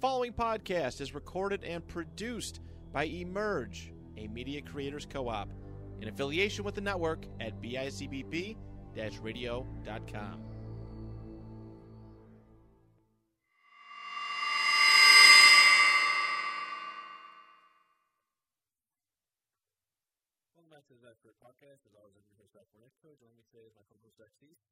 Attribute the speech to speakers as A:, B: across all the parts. A: following podcast is recorded and produced by Emerge, a media creators co op, in affiliation with the network at bicbp radio.com.
B: Welcome back to the Best Bird Podcast. As always, I'm your host, Zach Renko. Joining me today is my co-host, Zach Steves.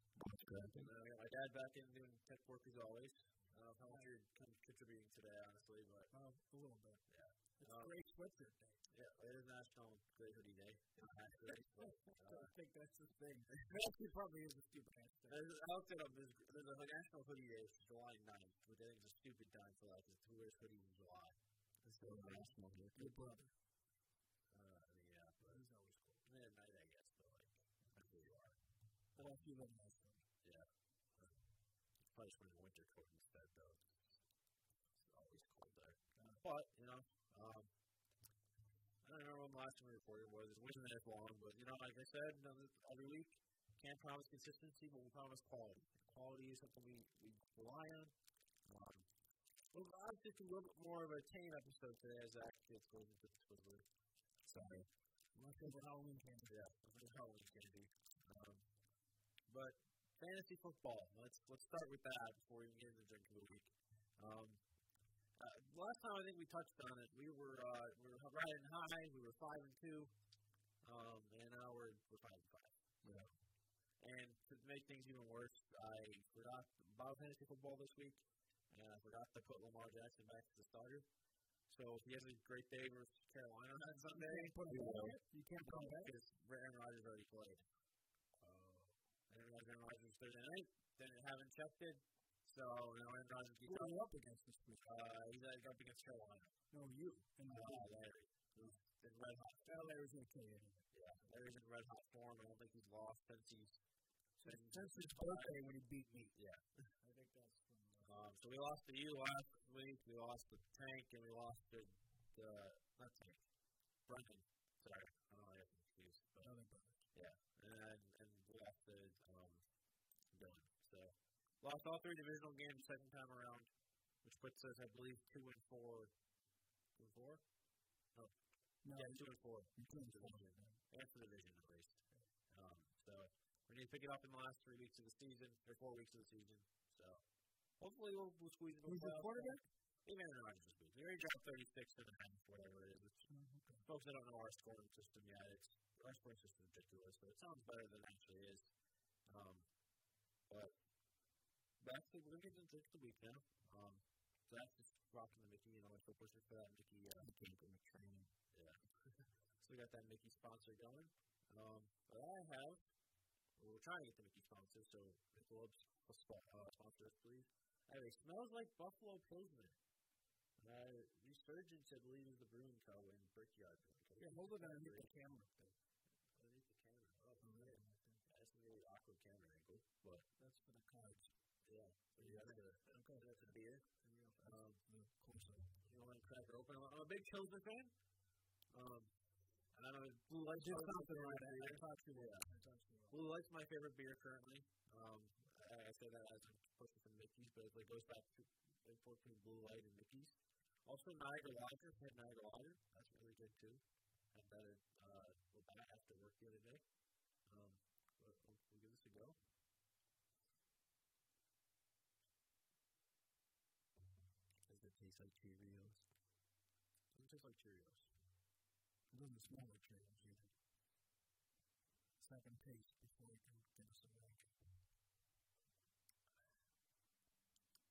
B: And uh, I got my dad back in doing tech work as always. Um, how much you're con- contributing today, honestly, but um, a little bit. Yeah. It's great sweatshirt day. Yeah, it is National Gray Hoodie Day. I think that's the thing. Actually, probably is a stupid answer. There's, I looked it up. There's, there's a National Hoodie Day, it's July 9th, which I think is a stupid time for like who wears hoodies in July. It's the National Hoodie Your brother. Uh, yeah, but he's always cold. Midnight, I guess, but like, that's where you are. But I feel like that's funny. Yeah. Uh, It's probably just wearing a winter coat instead, though. It's always cold there. Uh, but, you know, um, I don't remember when the last time we recorded was. It wasn't that long, but, you know, like I said, you know, this every week, can't promise consistency, but we promise quality. Quality is something we, we rely on. Um, well, obviously, it's a little bit more of a tame episode today as Zach gets going into this with Sorry. My favorite Halloween candy. Yeah, my favorite Halloween candy. Um, but fantasy football. Let's let's start with that before we even get into drink of the week. Um, uh, last time I think we touched on it. We were uh, we were riding high. We were five and two, um, and now we're we're five and five. Yeah. And to make things even worse, I forgot about fantasy football this week, and I forgot to put Lamar Jackson back as the starter. So if he has a great day versus Carolina on Sunday, you can't put him back. You can't put him back because Aaron Rodgers already played. Uh, Aaron Rodgers, Aaron Rodgers Thursday night. Then haven't checked it. So now Aaron Rodgers gets up. up against this week? Uh, he's uh, up against Carolina. No, you and uh, Larry. Who's in red hot. Well, Larry's gonna kill you. Yeah, Larry's in red hot form. I don't think he's lost since he's since, since his birthday when he beat me. Yeah. I think that's um, so we lost to you last week. We lost to Tank, and we lost to the not Tank, Brendan. Sorry, I don't know. I got confused. But, yeah, and and we lost to um, Dylan. So lost all three divisional games second time around, which puts us, I believe, two and four. Two and four? No. no yeah, two and four. Two and four. And for division at least. Um, so we need to pick it up in the last three weeks of the season or four weeks of the season. So. Hopefully we'll, we'll squeeze it. Who's the quarterback? Even Aaron Rodgers this week. They already dropped 36 and a half, whatever it is. Which,
C: Mm-hmm.
B: Folks that don't know our scoring system yet, it's, our scoring system is ridiculous, but it sounds better than it actually is. Um, but back to, we're going to get into the week now. Um, Zach's just rocking the Mickey, you know, we're still pushing for that Mickey. Uh, Mickey training. Yeah. so we got that Mickey sponsor going. Um, but I have, well, we're trying to get the Mickey sponsor, so if the Lobes will sp- uh, sponsor us, please. Hey, it smells like Buffalo Pilsner. Uh, Resurgence, I believe, is the brewing co. in Brickyard. Yeah, hold it underneath the camera. Underneath the camera. Oh, yeah. That's a really awkward camera angle, but that's for the cards. Yeah. But you guys are okay. That's a beer. Um, of course. uh, You want to crack it open? I'm a- I'm a big Pilsner fan. Um, I don't know. Blue Light's just something right I talked to yeah. Blue Light's my favorite beer currently. Um, I, I say that as I'm pushing for Mickey's, but it like goes back to import from Blue Light and Mickey's. Also, Niagara Lager. I've had Niagara Lager. That's really good too. Had that at uh, well, back after work the other day. Um, but we'll, we'll give this a go. Does it taste like Cheerios? Doesn't taste like Cheerios. It doesn't smell like Cheerios either. Second taste before you can give us a rank. Let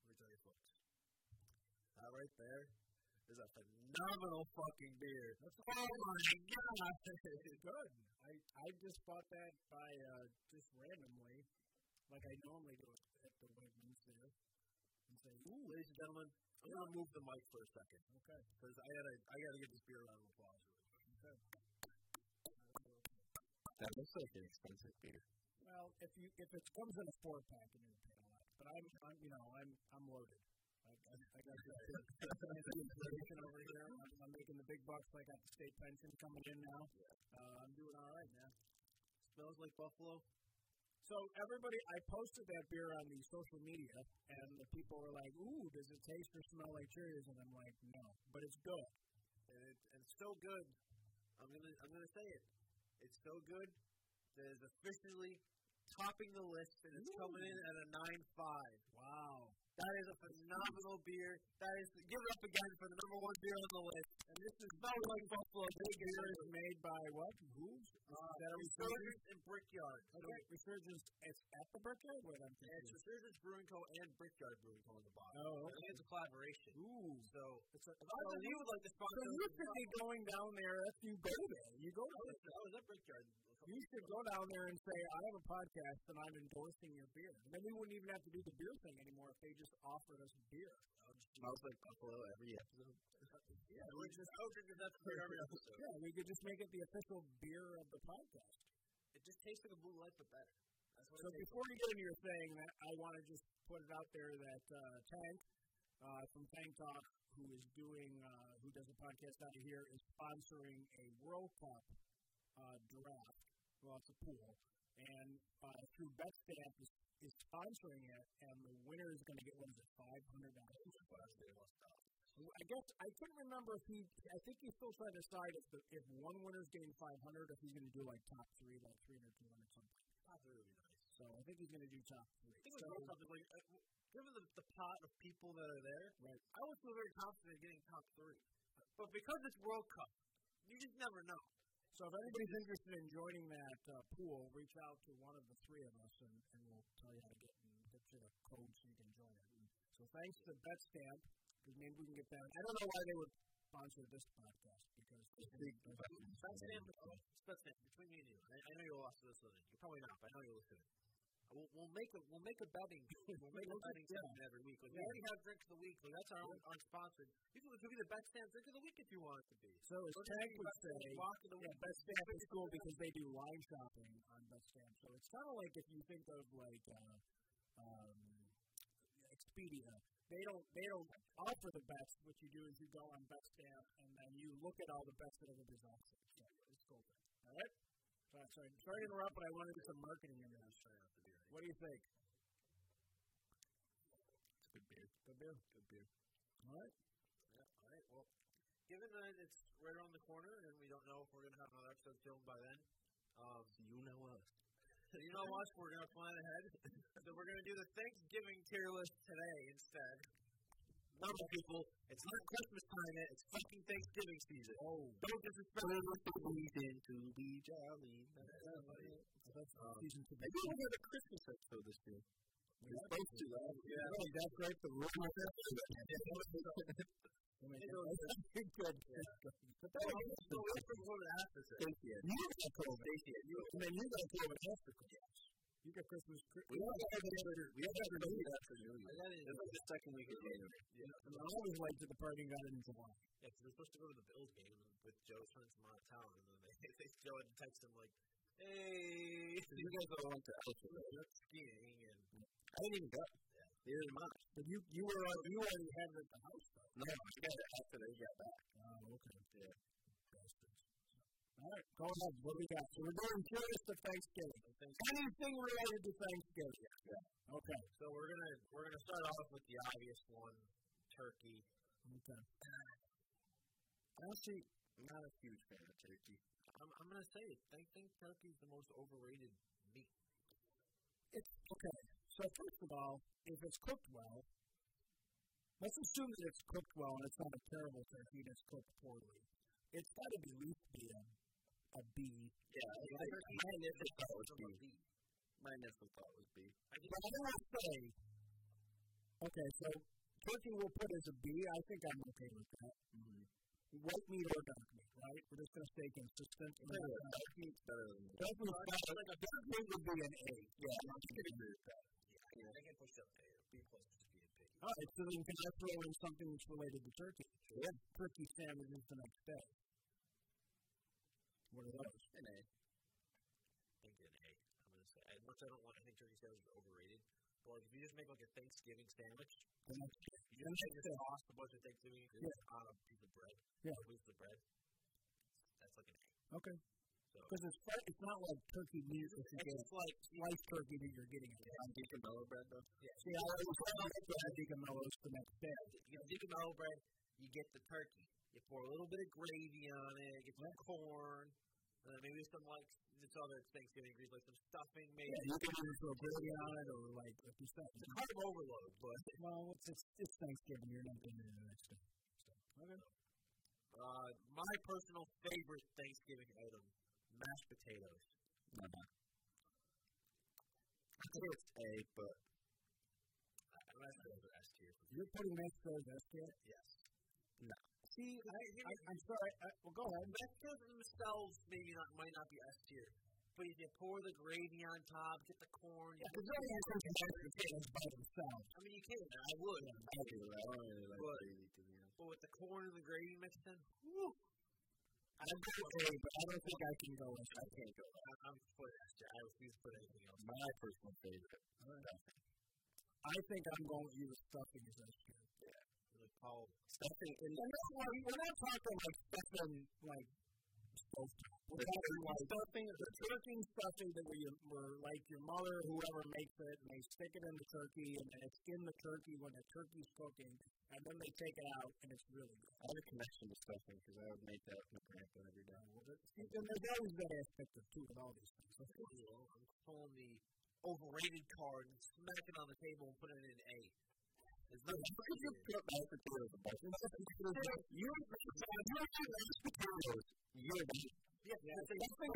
B: me tell you, folks. That right there is a phenomenal fucking beer. That's oh my god! it's good. I, I just bought that by uh, just randomly, like I normally do at the Wegmans there. And say, Ooh, ladies and gentlemen, I'm gonna move the mic for a second. Okay. Because I gotta I gotta give this beer a round of Uh, applause. Okay. That looks like an expensive beer. Well, if you if it comes in a four pack, you're gonna pay a lot. But I'm I'm you know I'm I'm loaded. I, I, I got the inflation over here. I'm, I'm making the big bucks. I got the state pension coming in now. Uh, I'm doing all right, man. Smells like buffalo.
C: So everybody, I posted that beer on the social media, and the people were like, "Ooh, does it taste or smell like Cheerios?" And I'm like, "No, but it's good."
B: and, it, and it's so good. I'm gonna I'm gonna say it. It's so good that it's officially topping the list, and it's coming in at a nine five. Wow, that is a phenomenal beer. That is give it up again for the number one beer on the list. And this is Mount Like Buffalo Big
C: Beer is made by what? Who? Is that a Resurgence?
B: Resurgence and Brickyard.
C: Okay, Resurgence. It's at the Brickyard. Wait, I'm
B: Yeah, it's
C: confused.
B: Resurgence Brewing Co. and Brickyard Brewing Co. on the bottom. I
C: Oh, okay.
B: think it's a collaboration.
C: Ooh.
B: So,
C: It's a,
B: so you would like to
C: so
B: sponsor
C: you should be going down there if you go there. You go
B: I
C: to
B: was, I was at Brickyard. Oh, a couple
C: You
B: weeks
C: should
B: ago.
C: go down there and say, I have a podcast and I'm endorsing your beer. And then we wouldn't even have to do the beer thing anymore if they just offered us beer.
B: Oh, smells like buffalo every episode. yeah, which is so good because that's for every episode.
C: Yeah, we could just make it the official beer of the podcast.
B: It just tastes like a blue light, but better. That's what
C: So
B: it tastes
C: before you get into your thing, that I want to just put it out there that uh, Tank uh, from Tank Talk, who is doing, uh, who does a podcast out of here, is sponsoring a World Cup uh, draft. Well, it's a pool, and uh, through Betstamp is, is sponsoring it, and the winner is going to get what is it, five hundred dollars? I guess I couldn't remember if he. I think he's still trying to decide if the, if one winner's getting five hundred, if he's going to do like top three, like three hundred, two hundred, something.
B: like. really nice.
C: So I think he's going to do top three.
B: I think
C: So-
B: so, is like, uh, w- given the, the pot of people that are there,
C: Right.
B: I would feel very confident in getting top three. But because it's World Cup, you just never know.
C: So if anybody's interested in joining that uh, pool, reach out to one of the three of us, and, and we'll tell you how to get in, get you the code so you can join it. And so thanks to Betstamp, because maybe we can get that. I don't know why they would sponsor this podcast because
B: That's Sam. That's Sam. Between me and you, I, I know you're lost to this listening. You're probably not, but I know you're listening. We'll, we'll make a we'll make a betting we'll make a
C: We'll just-
B: betting
C: yeah.
B: segment every week. Like, We
C: Yeah.
B: already have drink of the week. Like, that's our own unsponsored. You can give me the best damn drink of the week if you want it to be.
C: So as
B: Or just give
C: Tank
B: me
C: would
B: Best
C: say,
B: Damn Rock of the
C: yeah,
B: week.
C: Betstamp is cool because they do wine shopping on Betstamp. So it's kind of like if you think of like uh, um, Expedia. They don't they don't offer the best. What you do is you go on Betstamp and then you look at all the best that everybody's offering. So it's cool. All right. Sorry, sorry, sorry to interrupt, but I wanted to get some marketing in there. What do you think?
B: It's good beer. Good beer. Good beer.
C: All right.
B: Yeah. All right. Well, given that it's right around the corner and we don't know if we're gonna have another episode filmed by then, um, you know us. You know us. We're gonna plan ahead, so we're gonna do the Thanksgiving tier list today instead. Number people, it's not Christmas time yet. It's fucking Thanksgiving season.
C: Oh,
B: Don't disrespect the reason to be jolly.
C: that's
B: Um,
C: season two.
B: Maybe we'll have a Christmas episode this year.
C: We're
B: supposed to, right? Yeah.
C: Really, that's right. The rule of that. Oh my
B: It
C: God. Good. But that
B: Oh,
C: was
B: so we have to go to after this.
C: You got COVID. You, I mean, you got COVID after Yes. You got Christmas. We all got COVID. We all got COVID after New
B: I got it. It's like the second week of January.
C: And I was late to the party and got it in July.
B: Yeah, because we're supposed to go to the Bills game with Joe's friends from out of town, and then they, they Joe had to text him like, "Hey, you guys are on to Alpha skiing and
C: I didn't even go.
B: neither am I."
C: But you, you were on, you already had it at the house though.
B: No, I got it after they got back.
C: Oh, okay. Yeah. Bastards. All right, go ahead. What do we got? So we're going curious to Thanksgiving. Anything related to Thanksgiving? Yeah. Okay.
B: So we're gonna we're gonna start off with the obvious one, turkey.
C: Okay.
B: Honestly, I'm not a huge fan of turkey. I'm, I'm gonna say it. I think turkey's the most overrated meat.
C: It's okay. So first of all, if it's cooked well, let's assume that it's cooked well and it's not a terrible turkey and it's cooked poorly. It's got to be at least be a, a B.
B: Yeah,
C: I-
B: my initial thought was beef. My initial thought was beef. I think
C: But I would say, okay, so turkey we'll put as a B. I think I'm okay with that.
B: "Hmm,
C: White meat or dark meat, right? We're just going to stay consistent. Yeah.
B: dark meat's better than meat.
C: Dark meat, like dark meat would be an A. Yeah, I'm kidding.
B: Yeah, I can push up there. B plus to be a pig.
C: All right, so then can I throw in something that's related to turkey? Yeah. Turkey sandwiches the next day. What are those?
B: An A. I think an A. I'm gonna say. As much as I don't want, I think turkey sandwich is overrated. But like, if you just make like a Thanksgiving sandwich,
C: The next day.
B: you just make just toss a bunch of Thanksgiving ingredients on a piece of bread,
C: Yeah.
B: a piece of bread. That's like an A.
C: Okay.
B: So
C: Because it's fr- it's not like turkey meat that you get. It's like sliced turkey that you're getting. At
B: on Deacon Mellow Bread though. Yeah.
C: See, I was trying to get Deacon Mellows the next day.
B: You know, Deacon Mellow Bread, you get the turkey. You pour a little bit of gravy on it. Get some corn. Uh, maybe some like this other Thanksgiving ingredients, like some stuffing, maybe.
C: Yeah, you can either throw gravy on it or like if you said.
B: It's a carb overload, but
C: Well, it's, it's, it's Thanksgiving. You're not getting it the next day. So, okay.
B: uh, my personal favorite Thanksgiving item: mashed potatoes. Uh-huh. I think it's A, but I- I- mashed potatoes are S tier. for me.
C: You're putting mashed potatoes as yet?
B: Yes.
C: See, I, I, I'm sorry. I, well, go ahead.
B: mashed potatoes themselves maybe not might not be S tier, but if you pour the gravy on top, get the corn. You
C: Because really, I think mashed potatoes by themselves.
B: I mean, you can. I would. I do. I don't really like but, gravy to be honest. But with the corn and the gravy mixed in, woo,
C: I'm going A, but I don't think I can go with
B: I can't go. I, I'm for S tier. I refuse to put anything else.
C: My personal favorite. I think I'm going with you with stuffing as S tier.
B: Like Paul,
C: Stuffing. And that's why we're not talking like stuffing like stovetop. We're talking like stuffing, the turkey stuffing that we were like your mother, whoever makes it, and they stick it in the turkey and then it's in the turkey when the turkey's cooking, and then they take it out and it's really good.
B: I have a connection to stuffing because I would make that with my grandpa every day.
C: And there's always that aspect of too with all these things.
B: Of course, you will. I'm pulling the overrated card and smacking on the table and putting it in A. It's not
C: put up mashed potatoes and You're mashed potatoes. You're
B: Yeah, yeah. It's like,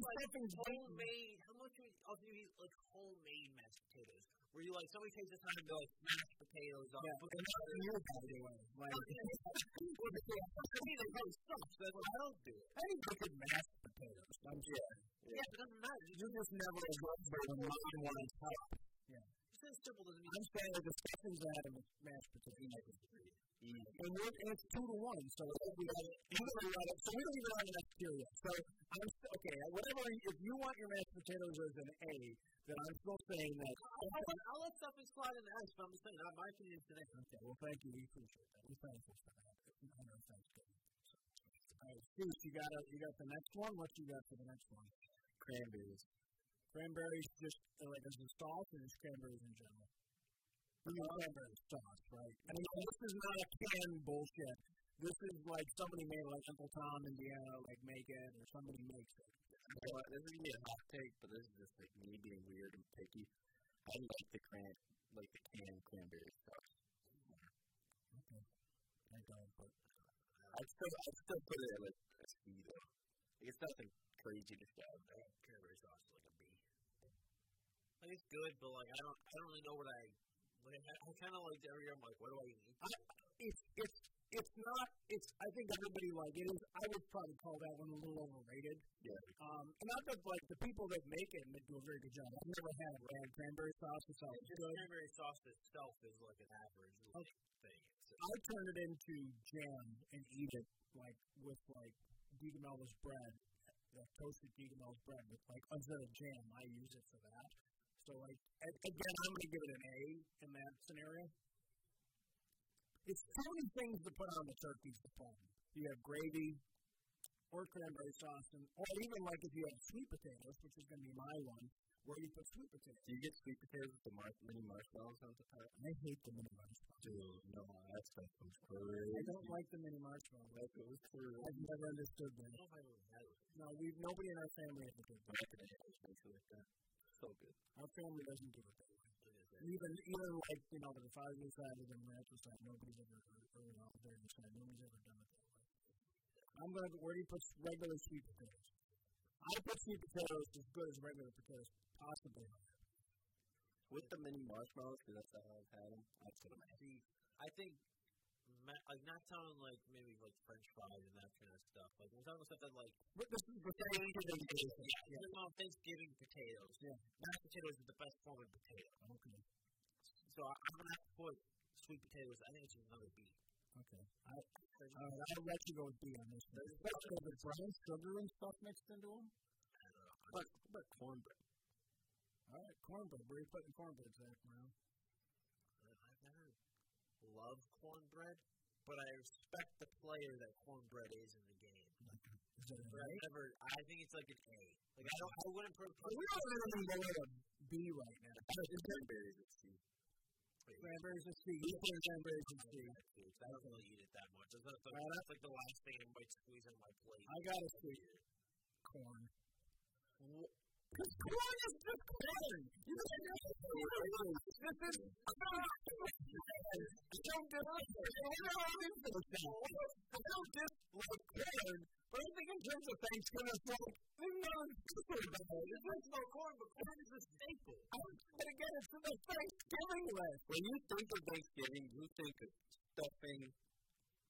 B: homemade. How much do you, of you eat like homemade mashed potatoes? Where you like somebody takes the time to go like, mashed potatoes on
C: Yeah,
B: yeah.
C: but it's not you, by the way. Like,
B: That's what I don't do.
C: I didn't look at mashed potatoes. I'm sure.
B: Yeah, yeah it doesn't matter. You
C: You just never looked for the mom one on top.
B: just as simple doesn't mean
C: I'm saying the discussion's out of mashed potatoes. And, we're, and it's two to one, so it's like we got it. You don't even have it. So we don't even have an S tier yet. So I'm st- okay. Whatever. If you want your mashed potatoes as an A, then I'm still saying that.
B: I'll, I'll, let- I'll let stuffing slide in the ice, but I'm just saying, not my opinion today.
C: Okay. Well, thank you. We appreciate that. We're thankful for that. It's not our Thanksgiving. So, All right, Bruce, Oh, you got a, you got the next one. What you got for the next one?
B: Cranberries.
C: Cranberries, just uh, like as a sauce, or just cranberries in general. You mean cranberry sauce, right? I mean, this is not a can bullshit. This is like somebody made like Uncle Tom, Indiana, like make it, or somebody makes it.
B: know what, this is gonna be a hot take, but this is just like me being weird and picky. I like the cran, like the canned cranberry sauce.
C: I don't, but
B: I still, I still put it at like a C though. Like it's nothing crazy to say. I like cranberry sauce is like a B. Like it's good, but like I don't, I don't really know what I. Like I, I kind of like every year. I'm like, what do I eat?
C: it's it's it's not. It's I think everybody like it is. I would probably call that one a little overrated.
B: Yeah.
C: Um, and not that like the people that make it make do a very good job. I've never had bad cranberry sauce. It's all
B: Just
C: good.
B: cranberry sauce itself is like an average like, thing. It's
C: I turn it into jam and eat it like with like Deacon Melba's bread, the toasted Deacon Melba's bread with like instead of jam, I use it for that. So like a- again, I'm gonna give it an A in that scenario. It's too many things to put on the turkey's the problem. You have gravy or cranberry sauce, and or even like if you have sweet potatoes, which is gonna be my one, where you put sweet potatoes.
B: Do you get sweet potatoes with the mar- mini marshmallows on the top?
C: I hate the mini marshmallows.
B: Dude, no, that stuff was
C: I
B: crazy.
C: don't like the mini marshmallows.
B: Like, it was crazy.
C: I've never understood that.
B: don't know if I ever had it.
C: No, we've nobody in our family ever
B: I'm
C: did that.
B: not gonna have it actually like that. So good.
C: Our family doesn't do it that way.
B: It is that.
C: Even even like you know, the father side or the marital side, nobody's ever or or the alternative side, nobody's ever done it that way. I'm gonna where do you put regular sweet potatoes? I put sweet potatoes as good as regular potatoes possibly.
B: With the mini marshmallows, because that's how I've had them. That's what I'm See, I think, ma- like, not sounding like maybe like French fries and that kind of stuff. Like, we're talking about stuff that, like,
C: But this is the thing you did
B: yeah, yeah. you know, Thanksgiving potatoes.
C: Yeah.
B: Mashed potatoes is the best form of potato.
C: Okay.
B: So I, I'm gonna have to put sweet potatoes. I think it's just another B.
C: Okay. I uh, I'll let you go with B on this one. Especially if it's brown sugar and stuff mixed into them.
B: But, but cornbread.
C: All right, cornbread. Where are you putting cornbread, Zach Brown?
B: I- Uh, I've never loved cornbread, but I respect the player that cornbread is in the game.
C: Is in it,
B: But I've
C: right?
B: never. I think it's like an A. Like I don't. I wouldn't put.
C: But we don't even know where to be right now.
B: Cranberries at sea.
C: Cranberries and sea. You put cranberries and sea.
B: I don't really eat it that much. That's, not something,
C: Well,
B: that's like the last thing I might squeeze on my plate.
C: I got a sea. Corn. Because corn is just corn. You don't have to do it. This is I don't I don't dislike it. I don't like those things. I don't dislike corn. But I think in terms of Thanksgiving, it's like, there's nothing stupid about it. It's like about corn, but corn is a staple. But again, it's in the Thanksgiving list.
B: When you think of Thanksgiving, you think of stuffing,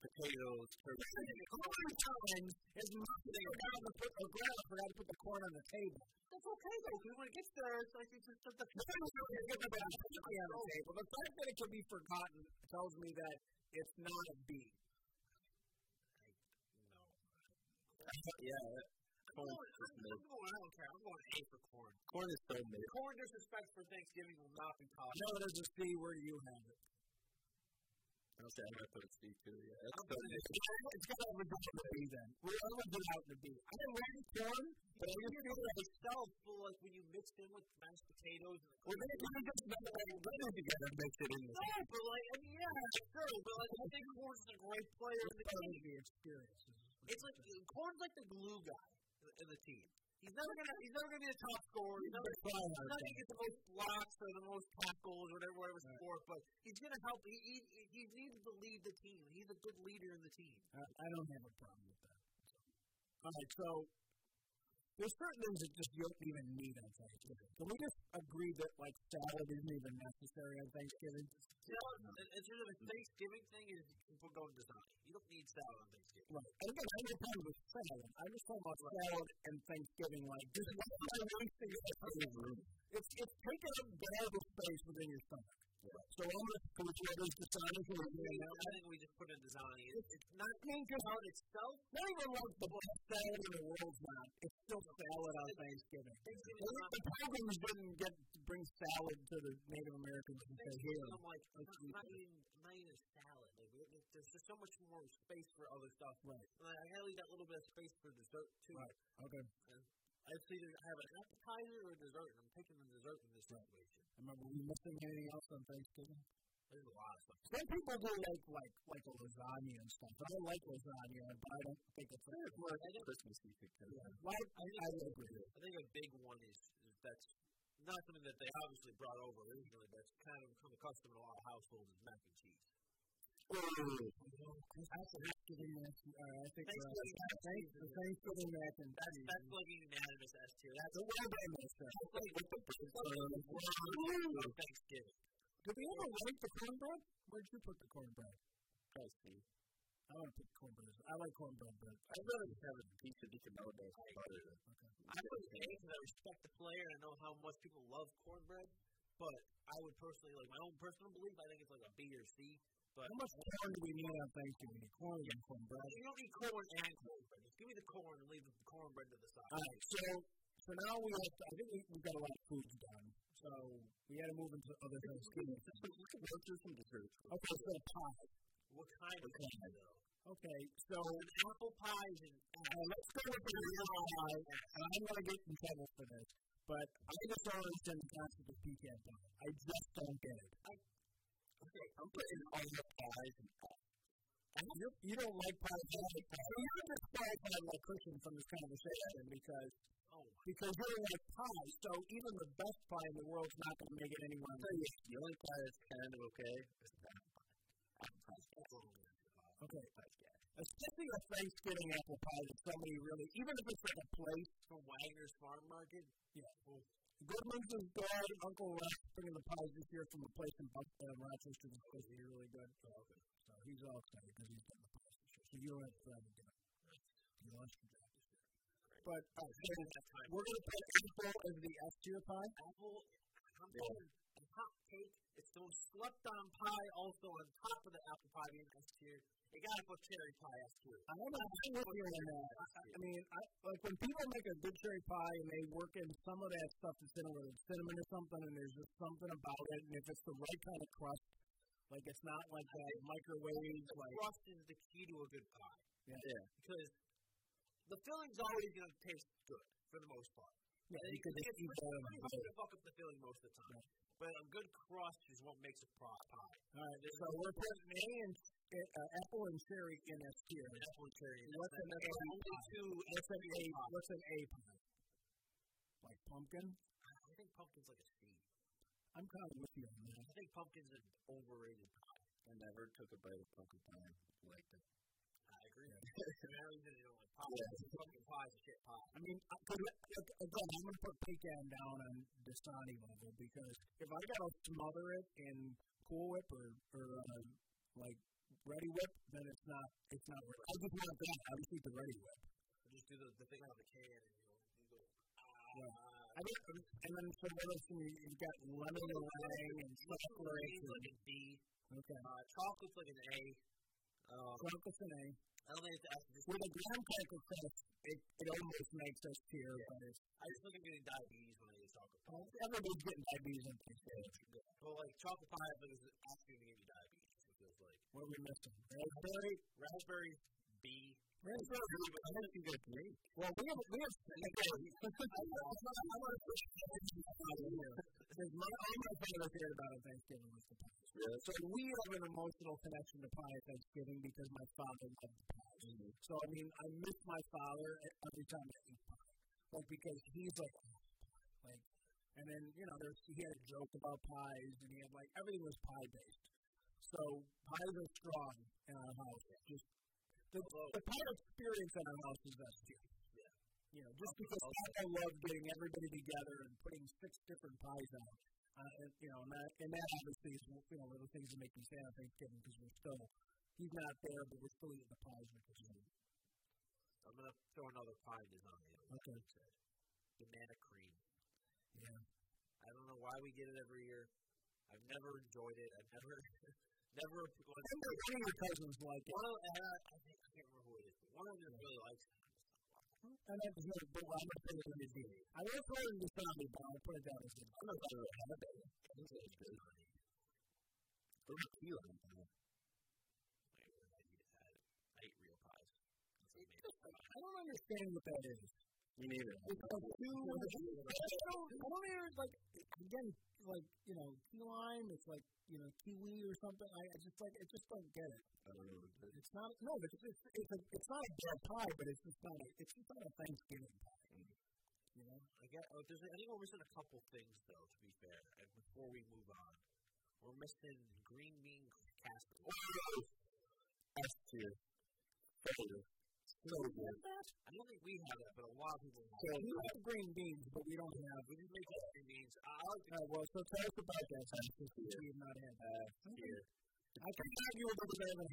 B: potatoes, turkey.
C: corn challenge is nothing. I forgot to put the ground. I forgot to put the corn on the table. That's okay though, because when it gets there, it's like it's just something. The thing is, when it gets there, it's definitely on the table. The fact that it can be forgotten tells me that it's not a B.
B: No. yeah. Corn is just mid.
C: going. I don't care. I'm going A for corn.
B: Corn is so mid.
C: Corn disrespect for Thanksgiving will not be tolerated. No, there's a C where you have it.
B: I was saying I put it C too. Yeah. That's
C: It's got to be the B then. We're all out the B. I don't like corn, but I just feel like it's so
B: helpful, like when you mix in with mashed potatoes. And
C: Well, then you just better like women together makes it in the
B: yeah, Oh, but like, I mean, yeah, sure, but like, I think corn's a great player in the game.
C: the experience.
B: It's like corn's like the glue guy in the- in the team. He's never gonna, he's never gonna be the top scorer. He's never, he's not gonna get the most blocks or the most tackles or whatever, whatever
C: Right.
B: sport, but he's gonna help. He, he, he needs to lead the team. He's a good leader in the team.
C: I, I don't have a problem with that. All right, so there's certain things that just you don't even need on Thanksgiving. Can we just agree that like salad isn't even necessary on Thanksgiving?
B: You know, in, in terms of a Thanksgiving thing, is people go into zombie. You don't need salad on Thanksgiving.
C: Right. And again, I'm not talking about salad. I'm just talking about salad and Thanksgiving. Like, this is one of my least favorite It's it's taking up valuable space within your stomach. So I'm going to put you others to salad for
B: I
C: you now.
B: think we just put in Dasani. It's, it's not
C: I mean, just
B: about itself.
C: Not even like the best salad in the world's not. It's still salad on Thanksgiving.
B: Thanksgiving is
C: I think
B: not
C: the Pilgrims didn't get to bring salad to the Native Americans and say,
B: Thanksgiving.
C: here.
B: I'm like, I'm not,
C: Let's eat
B: I'm not
C: this.
B: eating, I'm not eating a salad. Like, we- like, there's just so much more space for other stuff.
C: Right.
B: And I, I gotta leave that little bit of space for dessert too.
C: Right. Okay.
B: I'd either have an appetizer or dessert, and I'm picking the dessert in this
C: Right.
B: situation.
C: I remember we missing anything else on Thanksgiving.
B: There's a lot of stuff.
C: Some people do like like like a lasagna and stuff. I don't like lasagna, but I don't think it's like
B: I think Christmas you could cook.
C: yeah. Why I, I would agree.
B: I think a big one is, is that's not something that they obviously brought over originally, but it's kind of become a custom in a lot of households is mac and cheese.
C: Thanksgiving, uh, I think uh,
B: Thanksgiving mac and cheese is-
C: Thanksgiving mac and
B: That's
C: cheese.
B: that's like a unanimous S tier. That's
C: So what about this? uh,
B: like with the Thanksgiving. Thanksgiving.
C: Did we ever rank the cornbread? Where'd you put the cornbread? I want to put cornbread. I like cornbread bread. I really have a piece of decanella bread. Okay.
B: I would say because I respect the player and I know how much people love cornbread, but I would personally like my own personal belief. I think it's like a B or C. But
C: How much corn do we need on Thanksgiving? Corn and cornbread.
B: you don't need corn and cornbread. Just give me the corn and leave the cornbread to the side.
C: All right. So so now we have. To, I think we, we've got a lot of foods done. So we got to move into other Thanksgiving. Okay. So pie.
B: What kind of
C: Okay.
B: pie though?
C: Okay. So
B: An apple pie is an
C: uh, let's go with the real pie. And I'm gonna get in trouble for this, but I just don't understand the concept of pecan pie. I just don't get it.
B: okay. I'm putting
C: all the pies and you, you don't like pies, you like pies. So you're just qualified like Christian from this conversation because
B: oh my
C: because you don't like pies, so even the best pie in the world's not going to make it anywhere. near.
B: the only pie that's kind of okay is the apple pie. Apple pie is totally okay.
C: Okay, especially a Thanksgiving apple pie that somebody really, even if it's like a place,
B: From Wagner's Farm Market.
C: Goodman's is good. Uncle Rex bringing the pies this year from a place in Buck, uh, Rochester that's supposed to be really good. So, Oh, so he's all excited because he's getting the pies this year. So you'll have to try to get it. You lost your job this year. But uh, so we're going to put apple as the S tier pie.
B: apple, I'm going a hot cake. It's so slept on pie also on top of the apple pie being S tier. They gotta put cherry pie S tier.
C: I don't know. I'm with you on that. I mean, I, like when people make a good cherry pie and they work in some of that stuff that's in it, whether it's cinnamon or something, and there's just something about it, and if it's the right kind of crust, like it's not like that microwave, like
B: Crust is the key to a good pie.
C: Yeah.
B: Because the filling's always going to taste good for the most part.
C: Yeah,
B: And
C: because
B: it's,
C: it's
B: it's,
C: better than
B: it's gonna fuck up the filling most of the time. But a good crust is what makes a pot pie.
C: All right, so we're putting A and uh, apple and cherry in S tier.
B: Apple and cherry. and
C: What's
B: that's- that's
C: an apple
B: the
C: and
B: only
C: pie?
B: two
C: What's an A?
B: apple pie.
C: What's an A pie? Like pumpkin?
B: I think pumpkin's like a seed.
C: I'm kind of with you on that.
B: I think pumpkin's an overrated pie. I never took a bite of pumpkin pie like that. I agree. Apparently, they don't like pie. Pumpkin pie is a shit pie.
C: I mean, I could, again, I'm going to put pecan down on Dasani level because if I got to smother it in Cool Whip or, or uh, like Ready Whip, then it's not it's not worth it. I just want that. I just need the Ready Whip.
B: You just do the, the thing out of the can and you go, you go
C: Yeah.
B: ah.
C: I mean, and then for the rest of you, you've got lemon and lime and chocolate.
B: Chocolate's like a B.
C: and- Okay.
B: Uh, chocolate's like an A. Um,
C: Chocolate's an A.
B: I don't think it's S. Just,
C: With a graham cracker crust, it, it almost makes us tear, but it's
B: I just think I'm getting diabetes when I eat chocolate pie.
C: everybody's getting diabetes on Thanksgiving.
B: But like chocolate pie, I think is actually going to give you diabetes. It feels like
C: What are we missing? Raspberry?
B: raspberry B.
C: Raspberry.
B: I think you get B.
C: Well, we have, we have, again, I want to push the energy out of here. Because my, all my favorite thing about on Thanksgiving was the pies.
B: Yeah.
C: So we have an emotional connection to pie at Thanksgiving because my father loved pies. So, I mean, I miss my father every time I eat pie. Like, because he's like, "Oh, pie." like, and then, you know, there's, he had a joke about pies and he had like, everything was pie based. So, pies are strong in our house. Just, the, the pie experience in our house is best too. You know, just because I love getting everybody together and putting six different pies out. Uh, and, you know, and that, and that obviously is you know, one of the things that make me sad on Thanksgiving because we're still, he's not there, but we're still eating the pies with the family.
B: I'm gonna throw another pie design in.
C: Okay.
B: Banana cream.
C: Yeah.
B: I don't know why we get it every year. I've never enjoyed it. I've never, never.
C: I think one of your cousins like it.
B: One of, and I, I, think, I can't remember who it is, but one of them really likes it.
C: I don't know if but I'm going to put it in the D. I won't put it in the zombie, but I'll put it down as a I'm not going to have it.
B: I ate real pies. That's what I made.
C: I don't understand what that is.
B: Me neither.
C: It's like two, I don't, I don't even, like, again, like, you know, key lime, it's like, you know, kiwi or something. I, I just, like, I just don't get it.
B: I don't know.
C: It's not no, it's it's it's, a, it's not a dead pie, but it's just not a, it's just not a Thanksgiving pie. You know,
B: I guess oh, there's, I think we're missing a couple things though. To be fair, and before we move on, we're missing green bean casserole. Oh That's true.
C: so good.
B: I don't think we have that, but a lot of people have.
C: So we have green beans, but we don't have.
B: We didn't make it green beans. I I like the
C: Uh, well, so tell us about that time since we have not had that.
B: Uh, here.
C: I can have you about that in a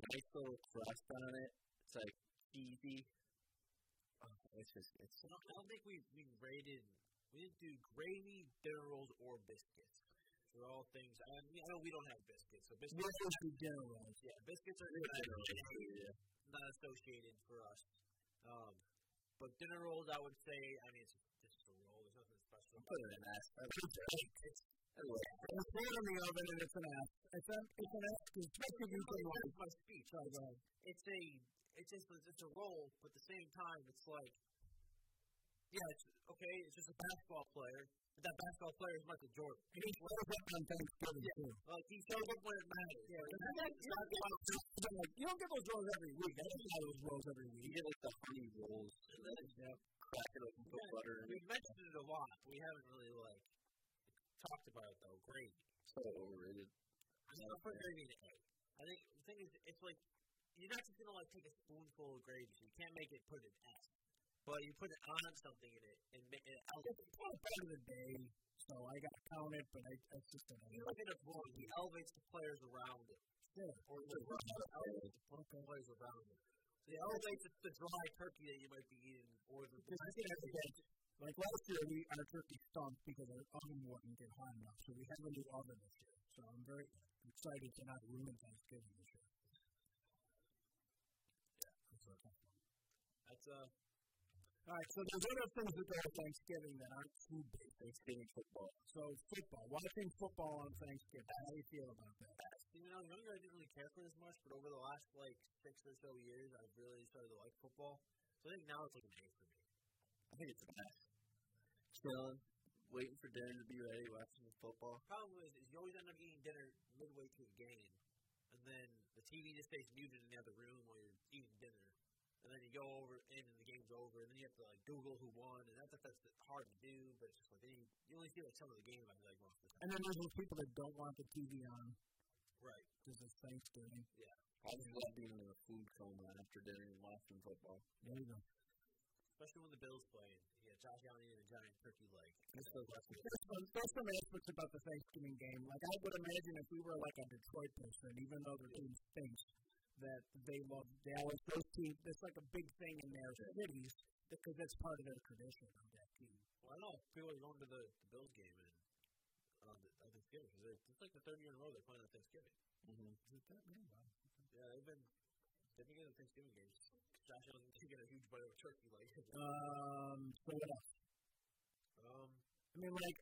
B: nice little crust on it. It's like cheesy.
C: Oh,
B: it's just it's. I don't, I don't think we we rated. We didn't do gravy, barrels, or biscuits. They're all things. I, mean, I know we don't have biscuits, so biscuits.
C: This is the general.
B: Yeah, biscuits are not, not associated for us. Um, but dinner rolls, I would say, I mean, it's just a roll. There's nothing special. Put it in that.
C: It's not in the oven and it's an ass. It's an it's an ass because especially if you can like
B: my speech.
C: try to
B: It's a, it's just, it's just a roll, but at the same time, it's like, yeah, it's okay. It's just a basketball player, but that basketball player is Michael Jordan.
C: and eat whatever on Thanksgiving too.
B: Like Uh, he shows up when it matters.
C: Yeah, and I like, you, don't get those, I'm like, you don't get those rolls every week. I don't get those rolls every week.
B: get like the honey rolls and then yeah. crack it open, put butter in We've mentioned it a lot. but We haven't really like talked about it though. Great. So overrated. I'm gonna put gravy in A. I think the thing is, it's like you're not just gonna like take a spoonful of gravy. So you can't make it put it in S. But you put it on something in it and make it
C: it's kind of part of the day, so I got to count it, but I, that's just an
B: You look at it wrong. He elevates the players around him.
C: Sure.
B: Or the elevates the players around him. So he elevates the- the dry turkey that you might be eating, or the
C: Because I think I forget, like last year, we our turkey stunk because our oven wouldn't get hot enough, so we have a new oven this year. So I'm very excited to not ruin Thanksgiving this year. That's what I thought.
B: That's uh,
C: All right, so there's other things that go with Thanksgiving that aren't food based. Thanksgiving football. So football, watching football on Thanksgiving. How do you feel about that?
B: See, when I was younger, I didn't really care for it as much, but over the last like six or so years, I've really started to like football. So I think now it's like an A for me. I think it's an F. Chilling, waiting for dinner to be ready, watching the football. Problem is, is you always end up eating dinner midway through the game, and then the TV just stays muted in the other room while you're eating dinner. And then you go over in, and the game's over, and then you have to like Google who won, and that's that's hard to do, but it's just like then you, you only see like some of the game like most of the time.
C: And then there's those people that don't want the TV on
B: Right.
C: because it's Thanksgiving.
D: I just love being in a food coma after dinner and watching football.
C: There you go.
B: Especially when the Bills play, and you got Josh Allen eating a giant turkey leg.
D: That's the best
C: There's some, there's some aspects about the Thanksgiving game. Like I would imagine if we were like a Detroit person, even though their team stinks, that they love Dallas. Those teams, it's like a big thing in their cities because that's part of their tradition of that team.
B: Well, I know people are going to the, the Bills game and on, the, on Thanksgiving because it's like the third year in a row they're playing on Thanksgiving.
D: Mhm.
B: Is it that many? Wow. Yeah, they've been they've been getting Thanksgiving games. Josh Allen to get a huge bite of a turkey like.
C: Um, so what else?
B: um,
C: I mean, like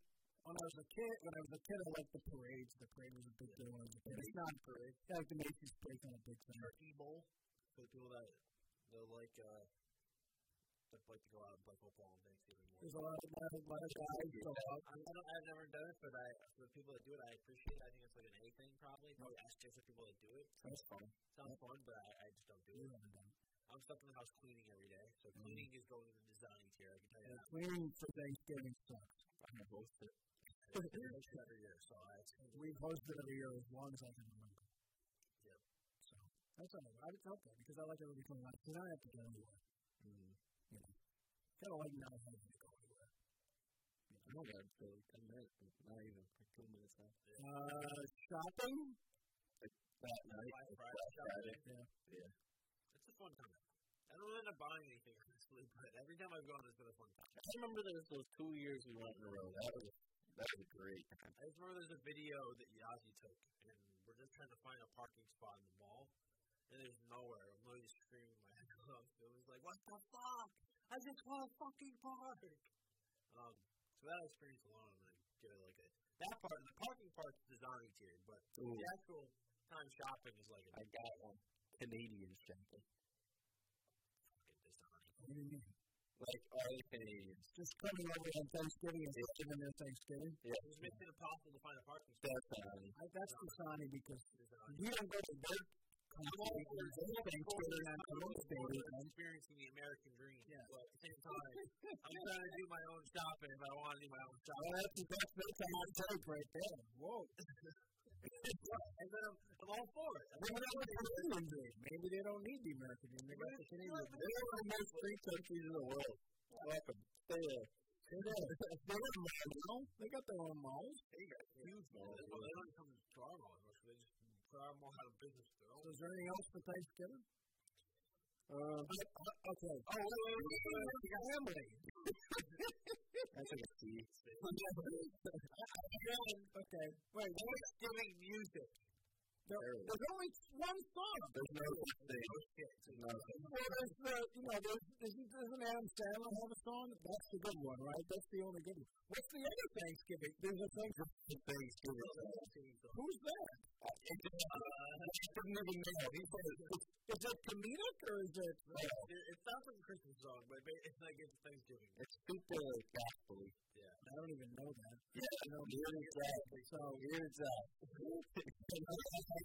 C: when I was a kid, when I was a kid, I liked the parades. The parade was a big deal when I was a kid. It's not
B: parade,
C: yeah, like the Macy's parade's not a big thing.
B: turkey bowl for the people that they like uh that like to go out and play football on Thanksgiving. Morning.
C: There's a lot of, lot of, lot of guys go out.
B: I don't, I've never done it, but I, for the people that do it, I appreciate it. I think it's like an A thing, probably. Probably ask different people that do it.
C: That's fun.
B: Sounds fun, but I, I just don't do it.
C: You haven't done it.
B: I'm stuck in the house cleaning every day, so cleaning is going to the design tier. I can tell you
C: And
B: that.
C: Clearing for Thanksgiving sucks.
B: I'm both it. I do it every year, so I
C: We've hosted every year as long as I can remember.
B: Yep.
C: So that's all right. I was helpful because I like everybody coming out because I don't have to go anywhere.
D: Mhm.
C: You know, kind of like not having to go anywhere.
D: I don't got to like ten minutes, not even like two minutes left.
C: Uh, shopping.
D: That night,
B: Black Friday shopping.
C: Yeah.
B: It's a fun time. I don't end up buying anything, honestly, but every time I've gone, it's been a fun time.
D: I remember there was those two years we went in a row. That was that was great.
B: I just remember there's a video that Yazi took, and we're just trying to find a parking spot in the mall, and there's nowhere. I'm literally screaming my head off. It was like, what the fuck? I just want a fucking park. Um, so that experience alone, I'm gonna give it like a that part. The parking part's design tiered, but
D: Ooh,
B: the actual time shopping is like a
D: I got one. Canadian shopping.
B: fucking design.
C: What do you mean?
D: Like all the Canadians.
C: Just coming over on Thanksgiving and sitting in their Thanksgiving.
D: Yeah,
B: It makes it impossible to find a parking spot.
D: that's um,
C: I, that's Dasani because
B: Design.
C: you don't go to their country and their Thanksgiving on their own day
B: I'm
C: weekend.
B: experiencing the American dream,
C: Yeah.
B: but at the same time, I'm trying to do my own shopping if I want to do my own
C: Well,
B: shopping.
C: that's that's that's a hot take right there. Whoa.
B: and then I'm, I'm all for it. I'm
C: Maybe that's what the Canadian do. Maybe they don't need the American dream. They got the Canadian dream.
D: they're one of the most free countries in the world. Welcome. Stay there.
C: They got they got a mall. They got their own malls.
B: huge, man. Well, they don't come to our mall anymore, so they just try our mall out of business. Their
C: So
B: own.
C: is there anything else for Thanksgiving? Uh, okay.
B: Oh, wait, wait, wait, wait, wait.
C: Family.
D: That's like a sea.
C: okay. Wait. There,
B: Thanksgiving music.
C: there's only one song.
D: There's no such thing. There's no such
C: Well, there's the, you know, there's, there's- doesn't Adam Sandler have a song? That's the good one, right? That's the only good one. What's the other Thanksgiving? There's a Thanksgiving.
D: Thanksgiving.
C: Who's that? Is it comedic or is it?
B: It, it sounds like a Christmas song, but it- it's like it's Thanksgiving.
D: It's super gospel.
C: I don't even know that.
D: Yeah,
C: You know,
D: here is that.
C: so
D: Here is that.
B: When we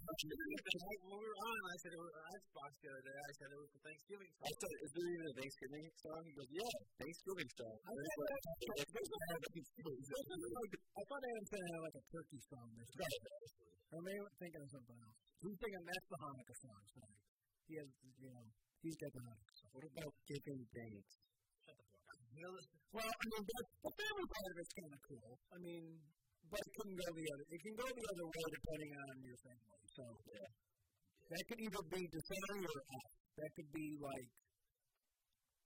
B: were on, I said it was on Xbox the other day. I said it was the Thanksgiving
D: I
B: song.
D: said, is there even a Thanksgiving song? He goes, yeah, Thanksgiving song. I was like, there's no Thanksgiving song.
C: I thought Adam Sandler had like a turkey song or something. Or maybe I'm thinking of something else. He's thinking that's the Hanukkah song. Sorry. He has, you know, he's got the Hanukkah song.
D: What about giving thanks?
B: Shut the fuck up. You know, this-
C: Well, I mean, the, the family part of it's kind of cool. I mean, but it can go the other. It can go the other way depending on your family. So that could either be December or off. That could be like,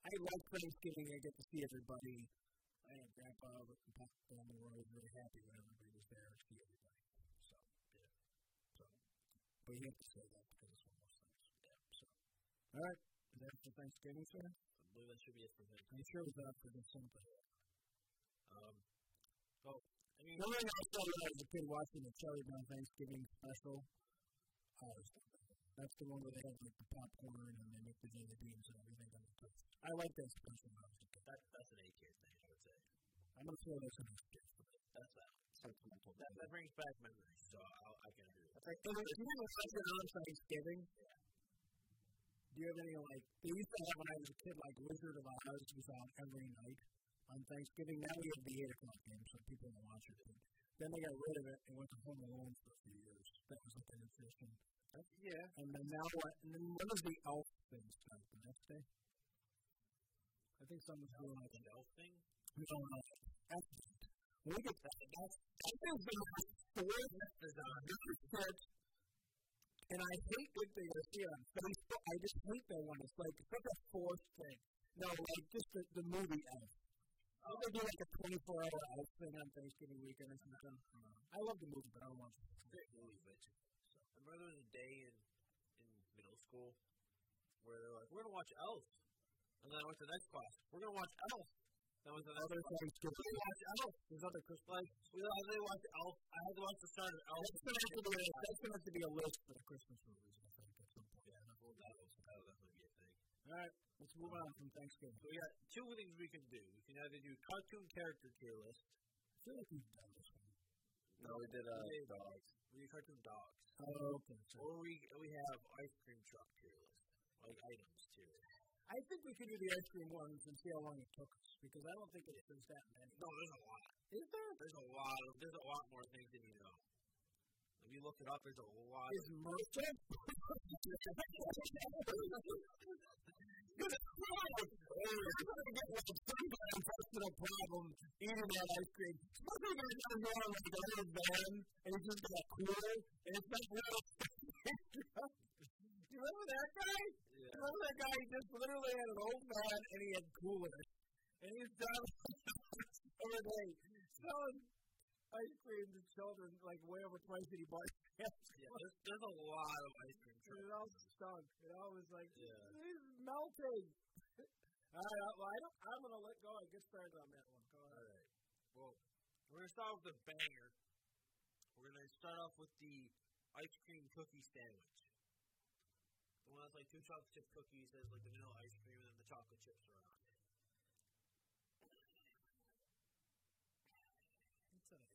C: I like Thanksgiving. I get to see everybody. I had grandpa over and pop down the road. Really happy when everybody was there to see everybody. So, yeah. So, but you have to say that because it's one of those things. Yeah. So, all right. Is that for Thanksgiving, sir?
B: I believe that should be it for him.
C: I'm sure it was after December.
B: Um, oh, I mean,
C: The only thing I saw when I was a kid watching the Charlie Brown Thanksgiving special, I was That's the Oh, one where they have like the popcorn and they make the jelly beans and everything on the toast. I like that special when I was a kid.
B: That, that's an AK thing, I would say.
C: I'm gonna throw this in the dish.
B: That's that. That, that brings back memories, so I'll, I can agree with that.
C: Like, do you have a favorite on Thanksgiving? Do you have any like they used to have when I was a kid like Wizard of Oz was on every night on Thanksgiving. Now we have the eight o'clock game, so people don't watch it. But then they got rid of it and went to Home Alone for a few years. That was like an obsession.
B: Yeah.
C: And then now what? And then when does the elf thing start the next day? I think someone's doing like an elf thing. No, no, elf. Look at that. That's that has been my fourth Amazon research. And I hate that they are here on Facebook. I just hate that one. It's like it's like a fourth thing. No, like just the, the movie elf. I'm gonna do like a 24 hour elf thing on Thanksgiving weekend or something. I love the movie, but I don't watch it.
B: great movie, but so, I remember there was a day in in middle school where they're like, "We're gonna watch Elf," and then I went to the next class. We're gonna watch Elf. That was the next
C: Other
B: class.
C: Thanksgiving.
B: We're gonna watch Elf. There's other Christmas. Like, we all had to watch Elf. I had to watch the start of Elf.
C: That's going to have to be a, that's going to have to be a list for the Christmas movies, I think, at some point.
B: Yeah, that will that'll definitely be a thing.
C: All right, let's move on from Thanksgiving.
B: So we got two things we can do. We can either do cartoon character tier list.
C: I feel like we've done this one.
D: No, we did uh,
B: Yeah.
D: dogs.
B: We do cartoon dogs,
C: Oh, okay. So
B: or we we have ice cream truck tier list, like items tier list.
C: I think we could do the ice cream ones and see how long it took us, because I don't think it was that many.
B: No, there's a lot. Is there? There's a lot. Of, there's a lot more things than you know. If you look it up, there's a lot.
C: Is Mercer? personal problem eating that ice cream. Something that you're going like a little van and it's just got cooler and it's not real. you remember that guy?
B: Yeah.
C: Remember that guy? He just literally had an old man and he had cooler. And he's down every day selling ice cream to children like way over twice that he bought.
B: yeah there's, there's a lot of ice cream
C: And
B: trucks.
C: it all stunk. It all was like,
B: Yeah.
C: this is melting. all right, I- well, I don't, I'm going to let go and get started on that one. Go ahead.
B: Alright. Well, we're gonna start with the banger. We're gonna start off with the ice cream cookie sandwich. The one that's like two chocolate chip cookies, has like the vanilla ice cream, and then the chocolate chips are on it. It's an A.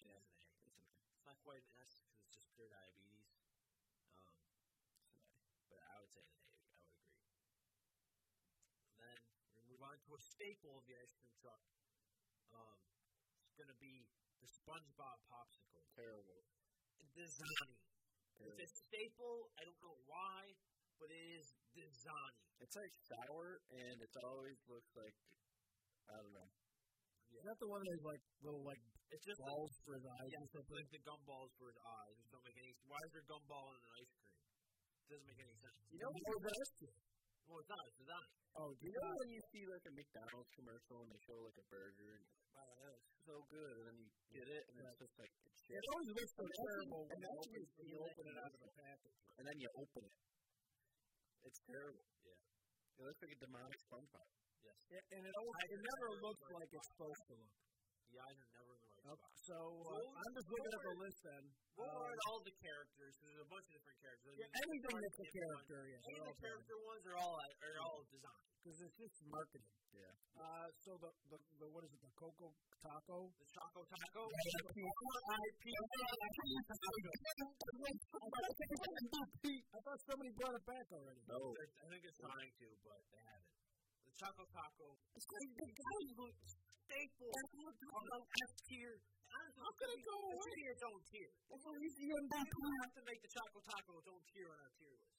B: Yeah, it's an A. It's an A. It's not quite an S because it's just pure diabetes. Um, it's an A. But I would say an A. I would agree. And then we move on to a staple of the ice cream truck. Um, it's gonna be the SpongeBob popsicle.
D: Terrible.
B: Dizani. It's
D: Terrible.
B: a staple. I don't know why, but it is Dizani.
D: It's like sour, Uh, and it always looks like I don't know.
C: Is that the one that's like little like
B: It's just like,
C: balls for the eyes
B: yeah,
C: or
B: it's
C: something?
B: like the gumballs for his eyes. It don't make any. Why is there gumball in an ice cream? It doesn't make any sense.
D: You know,
C: Oh, that's it.
B: Well, it's not. It's Dizani.
C: Oh, do
D: you
C: you
D: know when you see like a McDonald's commercial and they show like a burger and you're like, wow, that looks so good, and then you get it and it's just like it's shit.
C: It always looks so terrible when you
D: imagine
C: open,
D: you
C: when you
D: feel
C: open
D: that
C: it out of
D: and
C: the package.
D: and then you open it. It's terrible. Yeah. It looks like a demonic SpongeBob.
B: Yes.
C: Yeah, and it, always, it never looks like it's supposed to look.
B: The eyes are never in the right
C: Nope.
B: spot.
C: So uh, I'm just looking at the list then.
B: What
C: Um,
B: are all the characters? 'Cause There's a bunch of different characters. There's
C: yeah,
B: the
C: anything
B: Sponge
C: that's
B: Kid
C: a
B: one.
C: character, yeah.
B: Any of the character ones are all are all Dizani.
C: Because it's just marketing.
D: Yeah.
C: Uh, so the, the, the, what is it, the Coco Taco?
B: The Choco Taco.
C: I thought somebody brought it back already.
D: No.
B: They're- I think
D: Oh.
B: it's trying to, but they haven't. The Choco Taco.
C: It's like the guy who
B: Staple. Although F tier. Honestly,
C: How could it go
B: it
C: away?
B: should be its own tier.
C: That's what he's doing
B: We
C: back
B: have to make the Choco Taco its own tier on our tier list.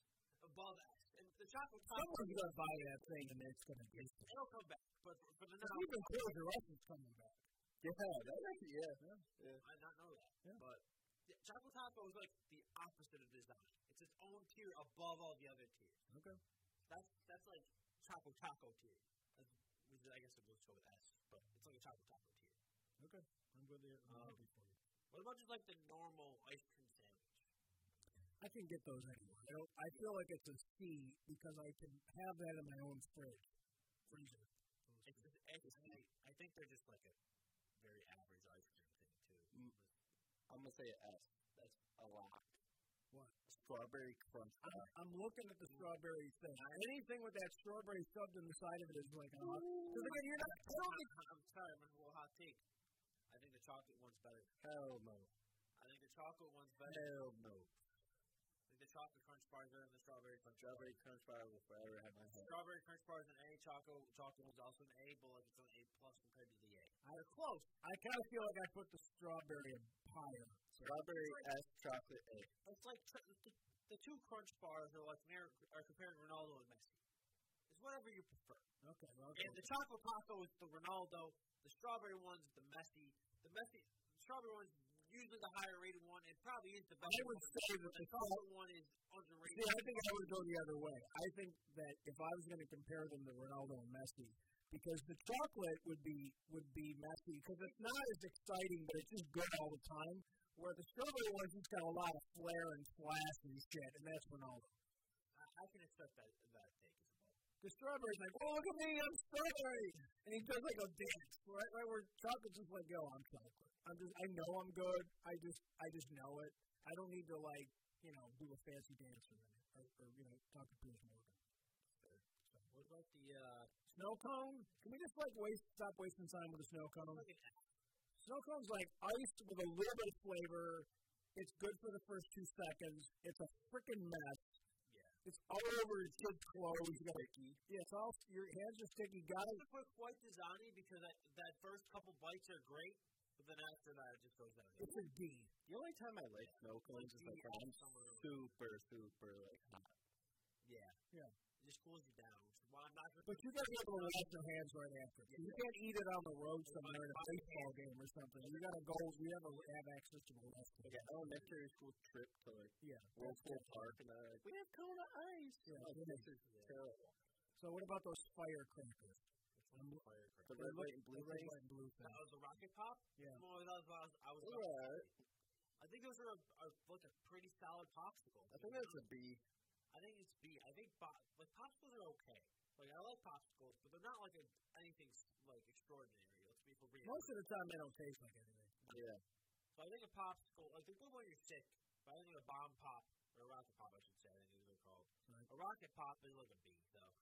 B: Above us. And the Choco Taco,
C: Someone's gonna buy that thing and it's gonna be.
B: it'll come back. But for- for the now,
C: Even Closer Us is coming back.
D: Yeah,
C: Oh,
D: that actually,
B: I
D: yeah.
B: did not know that.
C: Yeah.
B: But yeah, Choco Taco is like the opposite of design. It's its own tier above all the other tiers.
C: Okay.
B: That's that's like Choco Taco tier. That's, which I guess it was go with S, but it's like a Choco Taco tier.
C: I'm with you.
B: I'm happy What about just like the normal ice cream sandwich?
C: I can get those anywhere. I, don't, I feel like it's a C because I can have that in my own fridge. Freezer.
B: It's just, it's, I, I think they're just like a very average ice cream thing too.
D: Mm. I'm gonna say an S. That's a lot.
C: What?
D: strawberry crunch.
C: I'm, I'm looking at the strawberry thing. Anything with that strawberry stuffed in the side of it is like, uh, 'cause again, you're not
B: I'm, I'm sorry, I'm gonna go hot take. I think the chocolate one's better.
D: Hell no.
B: I think the chocolate one's better.
D: Hell no.
B: I think the chocolate crunch bar is better than the strawberry crunch. bar.
D: Strawberry crunch bar will forever have my head.
B: Strawberry crunch bar is an A. Chocolate chocolate one's also an A, but like it's an A plus compared to the A.
C: I'm close. I kind of feel like I put the strawberry higher.
D: Strawberry S chocolate A.
B: It's like tr- the, the two crunch bars are like Mer- are comparing Ronaldo and Messi. It's whatever you prefer.
C: Okay, well, I'll go
B: And the chocolate taco is the Ronaldo. The strawberry one's the Messi. The Messi the strawberry one's usually the higher rated one. It probably is the best.
C: I would
B: one.
C: say
B: the
C: that the
B: chocolate one is
C: See,
B: underrated.
C: I think I would go the other way. I think that if I was going to compare them to Ronaldo and Messi, because the chocolate would be would be Messi, because it's not as exciting, but it's just good all the time. Where the strawberry one's just got a lot of flair and flash and shit, and that's Ronaldo.
B: I, I can accept that that take as well.
C: The strawberry's like, oh look at me, I'm strawberry, and he does like a dance, right? Right where chocolate's just like, yo, I'm chocolate. I'm just, I know I'm good. I just, I just know it. I don't need to like, you know, do a fancy dance or, or, or you know, talk to Piers Morgan.
B: What about the uh,
C: Snow cone? Can we just like waste stop wasting time with a snow cone?
B: look at that.
C: Snow cone's like iced with a little bit of flavor. It's good for the first two seconds. It's a freaking mess. Yeah. It's all over your kid's clothes. You gotta, yeah, it's all your hands are sticky. Got
B: I'm
C: it?
B: gonna put quite Zani because that, that first couple bites are great, but then after that it just goes downhill.
C: It's a D.
D: The only time I like snow cones is like when I'm super, super like hot.
B: It just cools you down. Which is why I'm not gonna
C: But you gotta be able to wash your hands right after. You can't eat it on the road somewhere in a baseball game or something. You gotta go. You gotta have access to the restroom.
D: Like an elementary school trip to like
C: Oh, Yeah.
D: World School Park and they're like, we have Kona ice.
C: Yeah,
B: Oh,
D: Like,
C: it
D: this is terrible.
C: So what about those firecrackers?
D: The red, white, and blue
C: The red,
D: thing.
C: white, and blue thing.
B: That was a rocket pop.
C: Yeah.
B: Well, that was, I was, I was
D: Alright.
B: I think those are a, a, like a pretty solid popsicle.
D: I think that's a B.
B: I think it's B. I think pop, like popsicles are okay. Like I like popsicles, but they're not like a, anything s- like extraordinary. Let's be for real.
C: Most of the time, they don't taste like anything.
D: Yeah.
B: So I think a popsicle, like they're good when you're sick. But I think a bomb pop or a rocket pop, I should say. I think is what they're called.
C: Right.
B: A rocket pop is like a B, though.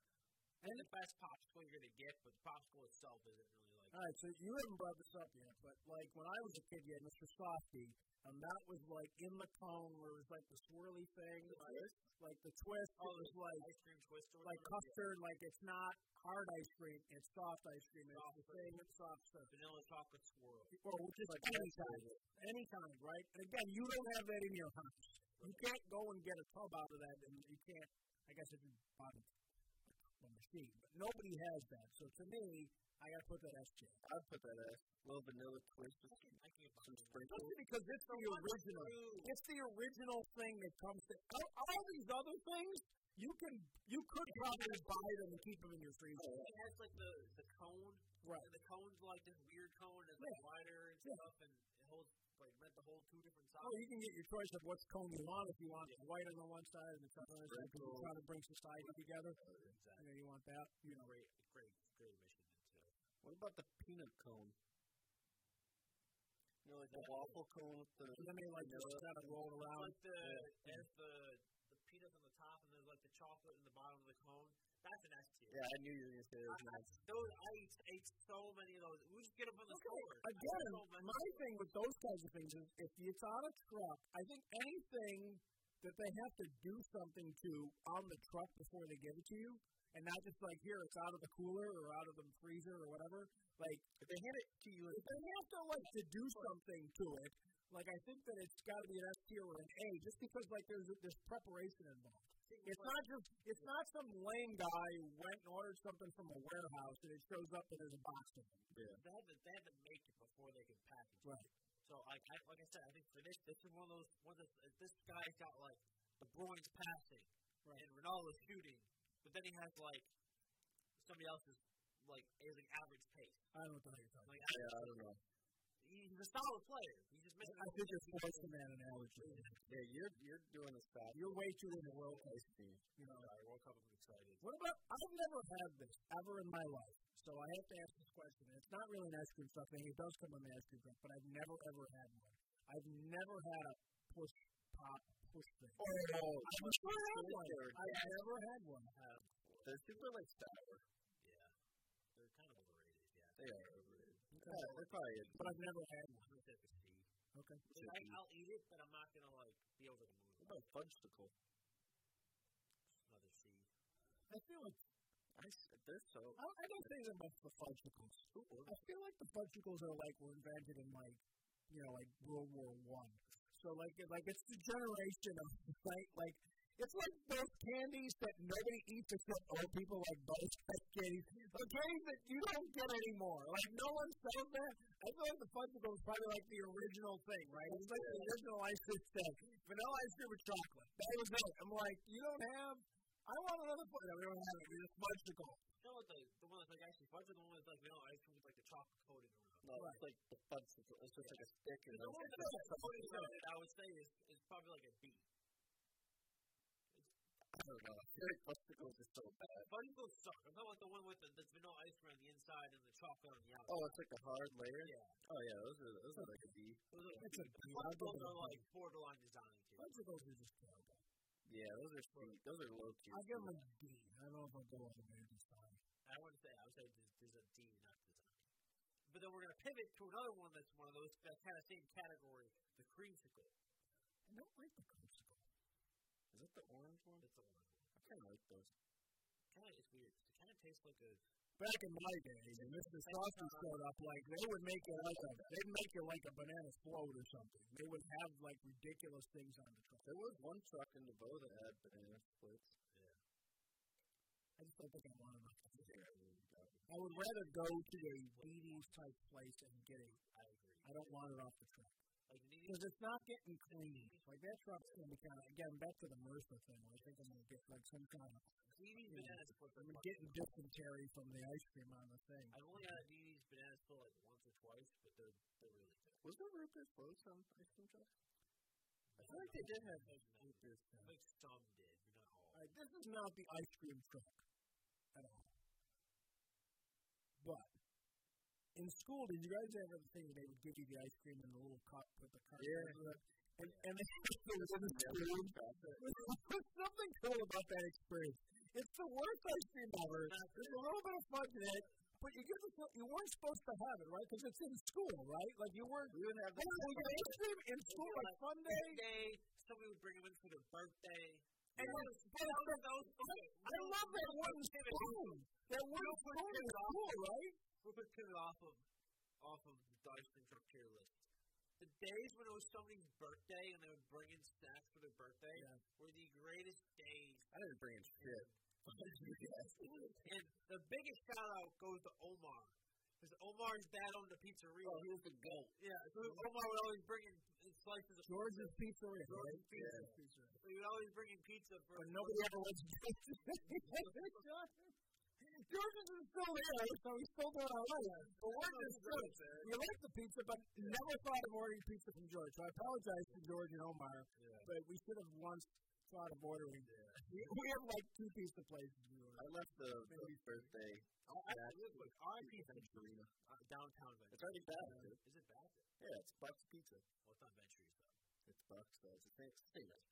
B: And the best popsicle you're gonna get, but the popsicle itself isn't really like.
C: All right, so you haven't brought this up yet, but like when I was a kid, you had Mr. Softy, and that was like in the cone where it was like the swirly thing, like, like the twist. It was like
B: ice cream twist or
C: Uh, like
B: whatever.
C: custard, like it's not hard ice cream, it's soft ice cream. and It's the same, it's soft stuff.
B: vanilla chocolate swirl.
C: Or just like any kind, any kind, right? And again, you don't have that in your house. You can't go and get a tub out of that, and you can't. I guess if you bought it from the machine, but nobody has that. So to me, I gotta put that SJ.
D: I'd put that as a little vanilla twist with some,
B: I can get
D: some
B: behind that.
D: sprinkles.
C: Especially because it's the original. It's the original thing that comes to all, all these other things. You can you could probably buy them and keep them in your
B: It
C: freezer.
B: has like the the cone,
C: Right.
B: and the cone's like this weird cone that's like wider and
C: Yeah.
B: stuff, and it holds like meant to hold two different
C: Oh,
B: sizes.
C: you can get your choice of what's cone you want. If you want the white on the one side and the chocolate on the other side, you try to bring society together. You know, you want that. You know,
B: Great, great, great mission into.
D: What about the peanut cone? You know, like the waffle cone with the.
C: and then they like just kind of roll
B: It's
C: around.
B: like the there's the the peanuts on the top, and there's like the chocolate in the bottom of the cone. That's an S tier.
D: Yeah, I knew you were going to say it was nice.
B: Those I ate, ate so many of those. We just get them on the
C: Okay,
B: store. I
C: Again,
B: ate so many.
C: my thing with those kinds of things is if it's on a truck, I think anything that they have to do something to on the truck before they give it to you, and not just like here, it's out of the cooler or out of the freezer or whatever. Like if they hand it to you, if they have to like to do something to it, like I think that it's got to be an S tier or an A, just because like there's there's preparation involved. It's not just it's not some lame guy who went and ordered something from a warehouse and it shows up and there's a box of it.
B: They had to they had to make it before they could package. it.
C: Right.
B: So like I, like I said, I think for this, this is one of those one of those, uh, this guy's got like the Bruins passing and Ronaldo shooting, but then he has like somebody else's like is an average pace.
C: I don't know what the hell you're talking. about.
B: Like
D: Yeah, I don't know.
B: he's a solid player. He's just missing.
C: I think you're forcing that analogy.
D: Yeah, you're you're doing a stop.
C: You're way too into world
D: ice cream.
C: you know.
B: I woke up excited.
C: What about? I've never had this ever in my life, so I have to ask this question. And it's not really an ice cream truck thing; it does come on the ice cream truck, but I've never ever had one. I've never had a push pop push thing.
D: Oh, no.
C: I wish I had one.
D: They're,
C: I've never had one.
D: they're super like sour.
B: They're kind of overrated. Yeah.
D: They are overrated. Yeah, they're probably a
C: But I've never had one.
B: I'm gonna take a C.
C: Okay.
B: Like, I, I'll eat it, but I'm not gonna like be over the moon.
D: what about fudgesicle.
B: Another C.
C: I feel like
D: I, s- they're so.
C: I, I don't think that much the fudgicles. I feel like the fudgicles are like were invented in like you know like World War One. So like it- like it's the generation of right like it's like those candies that nobody eats except old people like those type candies. The candies that you don't get anymore. Like no one sells that. I feel like the fudgicle is probably like the original thing, right? It's like the original ice cream thing. Vanilla ice cream with chocolate. That was it. I'm like, you don't have I want another fudge. No, we don't have it. We just fudgicle.
B: No, it's like the one that's like actually fudge, the one that's like no ice cream with like the chocolate coating around.
D: No, it's Oh, like the fudgesicle. It's just like a stick and
B: The
D: then
B: one
D: it's
B: that's
D: like
B: like coating
D: something-
B: around it, I would say is is probably like a B.
D: I don't know. I feel like fudgesicles are so bad.
B: Fudgicles suck. I'm talking about the one with the, the vanilla ice cream on the inside and the chocolate on the outside.
D: Oh, it's like a hard layer. Yeah. Oh yeah, those are those are like a D.
B: Those are,
C: That's a
B: fudgicles are like borderline design too.
C: Fudgicles are just terrible.
D: Yeah, those are sweet. Those are low key.
C: I'll give them a D. I don't know if I'll go with a Vandy's time.
B: I wouldn't say I would say there's, there's a D, not design. But then we're gonna pivot to another one that's one of those that kind of same category, the creamsicle.
C: I don't like the creamsicle.
D: Is it the orange one?
B: It's the one.
D: I kind of like those.
B: Kind of, it's weird. It kind of tastes like a
C: Back in my day, when Mr. Saucy showed up, like they would make it like a, they'd make it like a banana float or something. They would have like ridiculous things on the truck.
D: There was one truck in Devo that had banana splits.
C: I just don't think I want enough.
D: Yeah, I mean, that-
C: I would rather go to a Wheaties type place and get it.
B: I agree.
C: I don't want it off the truck
B: Like you need
C: because it's not getting clean. Like that truck's gonna be kind of again back to the MRSA thing. I think I'm gonna get like some kind of
B: DD's banana split.
C: I'm getting dysentery from the ice cream on the thing.
B: I've only had a DD's banana split like once or twice, but they're they're really good.
D: Was there root floats on ice cream truck?
B: I
D: feel like they did have
B: those. I think some did, but not all.
C: Alright, this is not the ice cream truck at all. But in school, did you guys ever think they would give you the ice cream in a little cup with the cup?
D: Yeah.
C: And, and they it was in the spoon. There's something cool about that experience. It's the worst ice cream ever. There's a little bit of fudge in it, but you get the feel- you weren't supposed to have it, right? Because it's in school, right? Like you weren't.
D: We would have
C: Oh, we got ice cream in school on Sunday.
B: Day, somebody would bring them in for their birthday.
C: And
B: Yeah.
C: like, but I was- I love that wooden spoon. That wooden spoon is cool, right?
B: We'll put it off of off of the ice cream truck tier list. The days when it was somebody's birthday and they would bring in snacks for their birthday were the greatest days.
D: I didn't bring in shit.
B: and the biggest shout out goes to Omar. Because Omar's dad owned the pizzeria.
D: Oh, he was the goat.
B: Yeah, so Omar would always bring in in slices of
C: George's Pizzeria, right?
B: George's So he would always bring in pizza for
C: But nobody ever went to George's. George's is still there, so he's still doing all right. But we're just George. You like the pizza, but never thought of ordering pizza from George. So I apologize to George and Omar, but we should have once thought of ordering. We, we have like two pizza places. We were.
D: I left the baby's birthday.
B: I, I, live with RIP
D: Venturina.
B: uh, downtown Ventura.
D: It's already back, dude.
B: Is it bad?
D: Yeah, Oh, it's Bucks Pizza.
B: Well, it's not Ventures, though.
D: It's Bucks, though. It's the same, same recipe.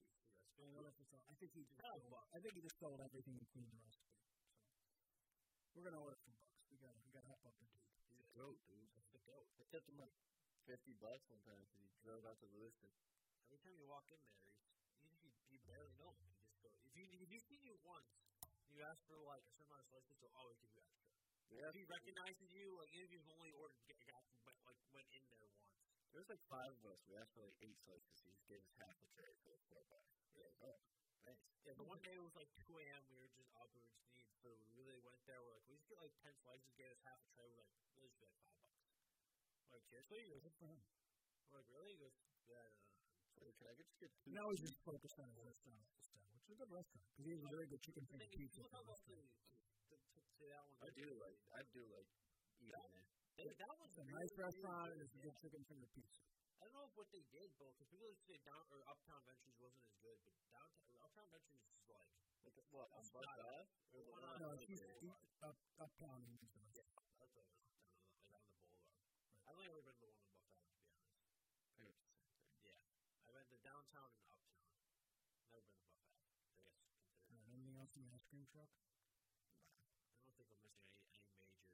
C: I don't know if it's all. I think he just sold, I think he just sold everything and cleaned the rest of it. So we're gonna order from Bucks. We gotta we gotta help up the dude.
D: He's a goat, dude. He's a goat. I tipped him like 50 bucks one time because he drove out to Lewiston.
B: Every time you walk in there, you, you, you barely know him. You just go, if, you, if you've seen you once, you ask for, like, a certain amount of slices, he'll always give you extra.
D: Yeah.
B: If he recognizes you, like, even if you've only ordered, get, got, but, like, went in there once.
D: There was like five of us. We asked for like eight slices. He just gave us half a tray for like four bucks. We're like, oh, thanks.
B: Yeah, the one day it was, like, 2 a.m., we were just up, we were just needed food. We really went there, we're like, we just get, like, 10 slices, gave us half a tray, we're like, it'll just be, like, 5 bucks. We're like, seriously? He goes,
C: Good for him.
B: we're like, really? He goes, yeah, no, no.
D: So can I just get two?
C: Now he's just focused on his restaurant, at this time, which is a good restaurant because he has a very good chicken
B: I
C: finger
B: think
C: pizza.
B: people
C: from
B: talk about
C: this
B: the,
C: place.
B: the, the, the, that one.
D: I do like, I do like eating it.
B: That, that one's
C: It's a
B: really
C: nice
B: weird.
C: restaurant and it's a good chicken finger pizza.
B: I don't know if what they did, though, because people used to say down or Uptown Ventures wasn't as good, but downtown or Uptown Ventures is like
D: Like, what, a
B: It's
D: buck
B: not-
D: off? Or
B: it's
D: what?
B: not-
C: No,
B: Uh,
C: he's
B: okay.
C: he, up uptown in New Jersey.
B: that's a, down, on the- like on the boulevard. I've only ever been to the one in Buffalo, to be honest.
D: They're-
B: I've been to downtown and uptown.
C: Uh, missing an ice cream truck?
B: I don't think I'm missing any, any major.
C: Okay.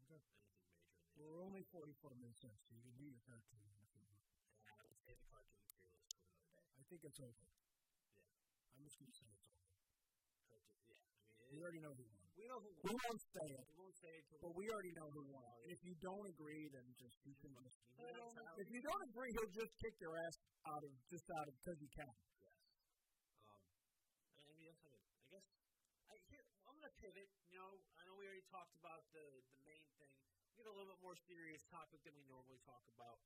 B: Anything major. In
C: Well, we're only 44 minutes in, so you can do your cartoon if you want.
B: the I would say the cartoon fearless for another day.
C: I think it's over.
B: Yeah.
C: I'm just going to say it's over.
B: Cartoon, yeah. I mean,
C: We
B: it,
C: already know who won.
B: we know who
C: We
B: won.
C: won't say it,
B: We won't say it till
C: but we already know who won. And if you don't agree, then just you can just.
B: Well,
C: If you don't agree, he'll just kick your ass out of just out of because he can.
B: Um, I I mean, that's how it- I guess I here, I'm going to pivot. You know, I know we already talked about the the main thing. Get a little bit more serious topic than we normally talk about.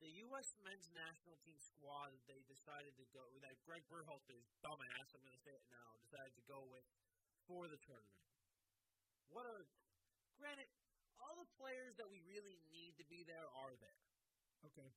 B: The U.S. men's national team squad that they decided to go that Greg Berhalter's dumbass. I'm going to say it now. Decided to go with for the tournament. What a granted, all the players that we really need to be there are there
C: Okay.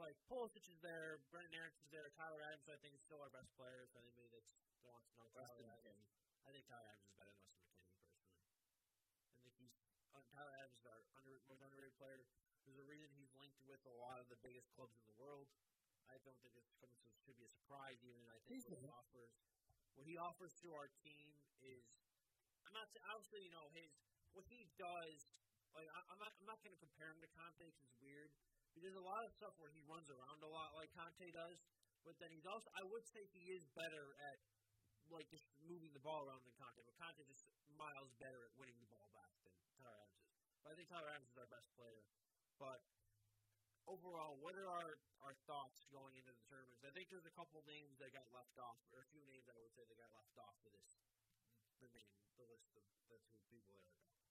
B: like Pulisic is there, Brendan Erickson's there, Tyler Adams I think is still our best player. If anybody that wants to know Tyler Adams, I think Tyler Adams is better than Weston McKinney personally. I think he's uh, Tyler Adams is our under, most underrated player. There's a reason he's linked with a lot of the biggest clubs in the world. I don't think it's coming to should be a surprise even. I think
C: He's
B: what he
C: not.
B: offers, what he offers to our team is, I'm not sa- obviously you know his what he does. Like I, I'm not I'm not going to compare him to Conte 'cause it's weird. He does a lot of stuff where he runs around a lot like Conte does, but then he's also I would say he is better at like just moving the ball around than Conte. But Conte just miles better at winning the ball back than Tyler Adams is. But I think Tyler Adams is our best player. But overall, what are our, our thoughts going into the tournaments? I think there's a couple names that got left off, or a few names I would say that got left off for this the name, the list of the two people that are gone.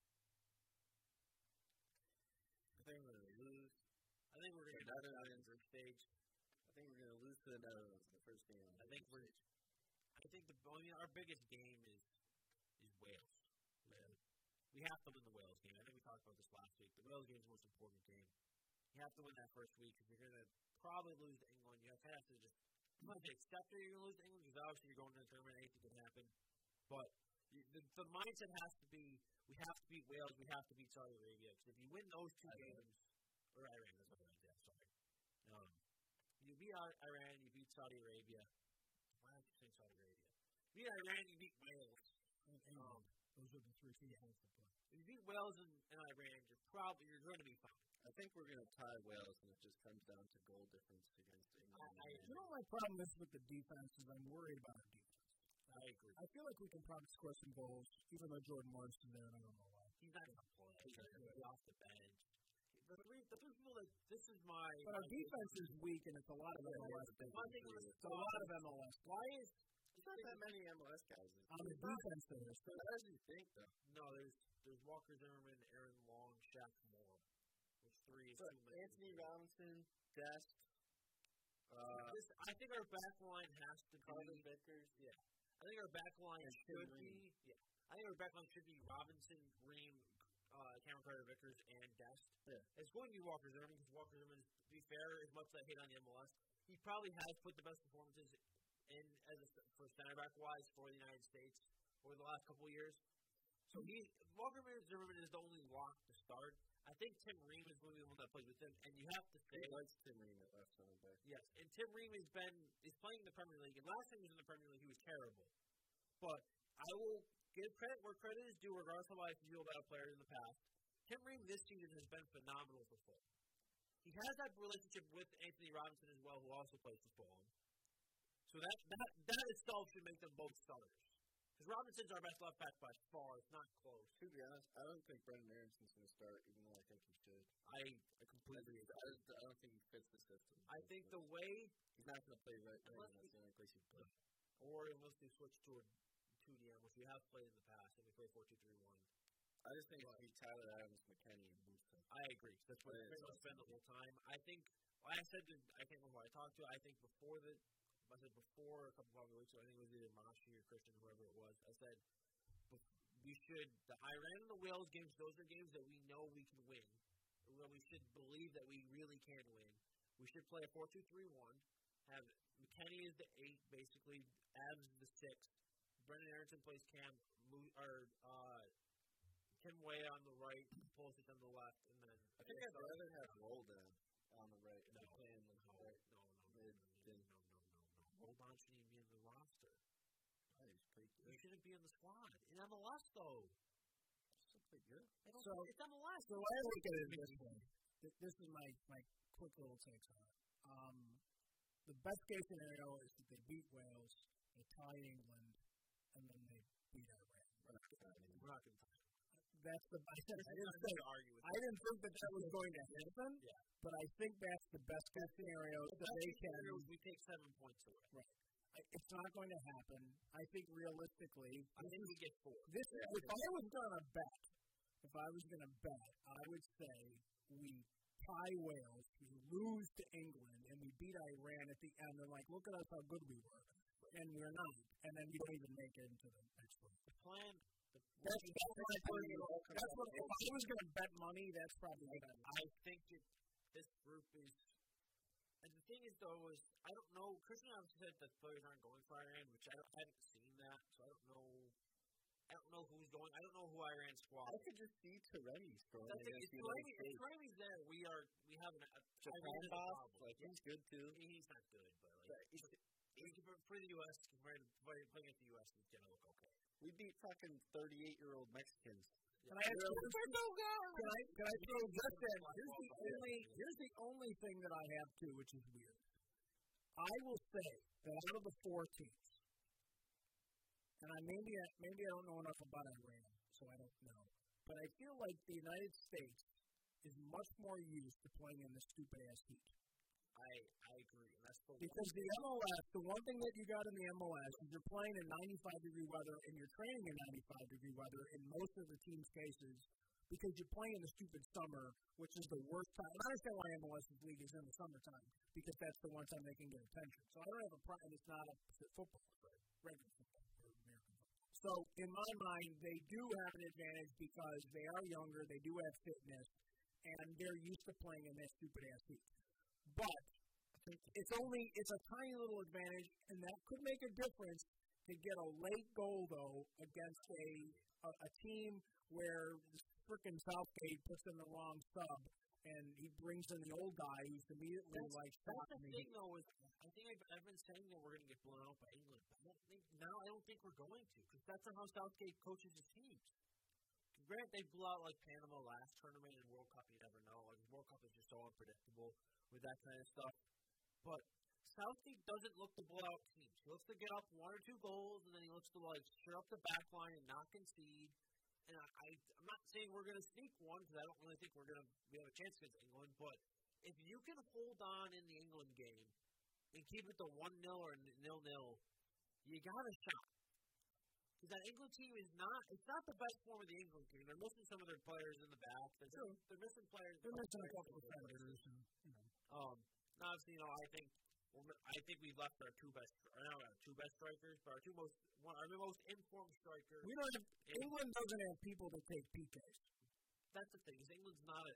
D: I think we're gonna lose.
B: I think we're
D: to
B: gonna
D: The Netherlands first stage. I think we're gonna lose to the Netherlands in the first game.
B: I think we're. I think the I mean, our biggest game is is Wales. Man. We have to win the Wales game. I think we talked about this last week. The Wales game is the most important game. You have to win that first week because you're gonna probably lose to England. You have to, have to just you might accept that you're gonna lose to England because obviously you're going to the tournament. Anything can happen. But you- the, the mindset has to be we have to beat Wales. We have to beat Saudi Arabia because if you win those two games, or Iran, that's what I meant. Yeah, sorry. Um, you beat Ir- Iran. You beat Saudi Arabia. Why did you say Saudi Arabia? Beat Iran, you beat Wales.
C: And, and
B: Um,
C: those are the three teams left to play.
B: If you beat Wales and, and Iran, you're probably you're going to be fine.
D: I think we're gonna tie Wales, and it just comes down to goal difference against England.
B: I- I-
C: You know, my problem is with the defense is I'm worried about our defense.
B: I agree.
C: I feel like we can probably score some goals, even though Jordan Morris is there, and I don't know why.
B: He's not going to play. He's going to be off the bench. The three, the three people that this is my.
C: But our
B: my-
C: defense is weak, and it's a lot of MLS.
B: My thing was,
C: It's a lot of MLS.
B: why is
D: There's not that many MLS guys. in this
C: On the
D: team.
C: defense, there is.
D: So how do you think though?
B: no? There's there's Walker Zimmerman, Aaron Long, Shaq Moore. There's three. is
D: But
B: too many.
D: Anthony Robinson, Dest, uh,
B: This, I think our back line has to
D: Carter
B: be.
D: Vickers.
B: Yeah. I think our back line
D: And
B: should
D: Green.
B: be. Yeah. I think our back line should be Robinson, Green, uh, Cameron Carter Vickers, and Dest.
D: Yeah.
B: It's going to be Walker Zimmerman because Walker Zimmerman, to be fair, as much as I hate on the MLS, he probably has put the best performances in as a, for center back wise for the United States over the last couple of years. So he Walker Zimmerman is the only lock to start. I think Tim Ream is going to be the one that plays with him, and you have to
D: He
B: say
D: likes Tim Ream at left center back.
B: Yes, and Tim Ream has been is playing in the Premier League, and last time he was in the Premier League, he was terrible. But I will give credit where credit is due, regardless of how I feel about a player in the past. Tim Ream this season has been phenomenal for Fulham. He has that relationship with Anthony Robinson as well, who also plays for Fulham. So that that that itself should make them both starters. Because Robinson's our best left back by far. It's not close.
D: To be honest, I don't think Brendan Aaronson's going to start, even though I think he should.
B: I, I completely
D: I,
B: agree.
D: just- I don't think he fits the system.
B: I think the way
D: he's not going to play right wing.
B: Unless
D: That's the only place he plays.
B: or unless they switch to a 2DM, which we have played in the past, and we play 4 2 3 1.
D: I just think it'd be Tyler Adams, McKenny, and Houston.
B: I agree. That's what
D: Yeah,
B: it's
D: it's
B: much been the whole time. I think, I said to, I can't remember who I talked to, I think before the, I said before a couple of weeks ago, I think it was either Mashi or Christian, whoever it was, I said, "Bef- we should, the Iran and the Wales games, those are games that we know we can win. Where we should believe that we really can win. We should play a 4 2 3 1, have McKenny is the 8, basically, Adams is the 6, Brendan Aronson plays Cam, Mo- or uh, Tim Way on the right, Pulisic on the left, and then
D: I think I'd rather have Roldan on the right
B: no,
D: than
B: no,
D: playing
B: no,
D: the
B: no,
D: right.
B: no, no, no, no,
D: Mid-
B: no, no, no. Hold on, shouldn't even be in the roster.
D: I just played the
B: You shouldn't be in the squad. In MLS though.
C: So-
B: So it's MLS.
C: So I look at it this way. Th- This is my, my quick little takes on it. Um, the best case scenario is that they beat Wales, they tie England, and then they beat Iran.
B: We're not gonna
C: That's the I, said, I didn't say
B: argue with
C: I didn't think that that was going to happen.
B: Yeah.
C: But I think that's the best case scenario that they can.
B: We take seven points away.
C: I- It's not going to happen. I think realistically,
B: I think we get four.
C: This if I was gonna bet, if I was gonna bet, I would say we tie Wales, we lose to England, and we beat Iran at the end. They're like, look at us, how good we were, and we're not, and then we don't even make it into the next round.
B: The plan
C: That's, that's, my personal- that's what if I was gonna bet money. That's probably what I
B: I think it, this group is. And the thing is, though, is I don't know. Christian obviously said that players aren't going for Iran, which I, don't, I haven't seen that, so I don't know. I don't know who's going. I don't know who Iran's squad.
D: I
B: is.
D: could just see Teremis throwing
B: That's the thing. If
D: against the United
B: Pirelli- if
D: States.
B: Pirelli's there, we are. We have an. A,
D: Japan
B: Iran's a
D: Bob,
B: problem.
D: like he's good too.
B: Yeah, he's not good, but like he's, we compare for the U.S. compared to play- playing against the U.S. He's gonna look okay.
D: We beat fucking 38 year old Mexicans.
C: Can I ask you- Can I, can I throw this in? Here's the only here's the only thing that I have too, which is weird. I will say that out of the four teams, and I maybe I, maybe I don't know enough about Iran, so I don't know. But I feel like the United States is much more used to playing in the stupid ass heat
B: I I agree. And that's the
C: because the MLS, the one thing that you got in the MLS is you're playing in 95 degree weather and you're training in 95 degree weather in most of the team's cases because you're playing in the stupid summer, which is the worst time. And I understand why MLS's league is in the summertime because that's the one time they can get attention. So I don't have a problem. It's not a to football, right? regular football or American football. So in my mind, they do have an advantage because they are younger, they do have fitness, and they're used to playing in that stupid ass heat. But it's only it's a tiny little advantage, and that could make a difference to get a late goal though against a a, a team where frickin' Southgate puts in the wrong sub and he brings in the old guy who's immediately
B: That's-
C: like
B: That's the
C: shocking.
B: thing, though. Is I think I've, I've been saying that we're going to get blown out by England. But I don't think now. I don't think we're going to because that's not how Southgate coaches his teams. Grant they blew out like Panama last tournament and World Cup. You never know. Like World Cup is just so unpredictable with that kind of stuff. But Southgate doesn't look to blow out teams. He looks to get up one or two goals and then he looks to like stir up the back line and not concede. And I, I I'm not saying we're going to sneak one because I don't really think we're going to we have a chance against England, but if you can hold on in the England game and keep it to one 0 or nil nil, you got a shot. Because that England team is not it's not the best form of the England team. They're missing some of their players in the back. They're, they're missing players.
C: They're missing a couple of
B: players.
C: senators. And, you know.
B: Um, and obviously, you know, I think we're, mi- I think we've left our two best, or not our two best strikers, but our two most, one, our most informed striker.
C: We don't have,
B: is-
C: England doesn't have people that take PKs.
B: that's the thing. Is England's not a.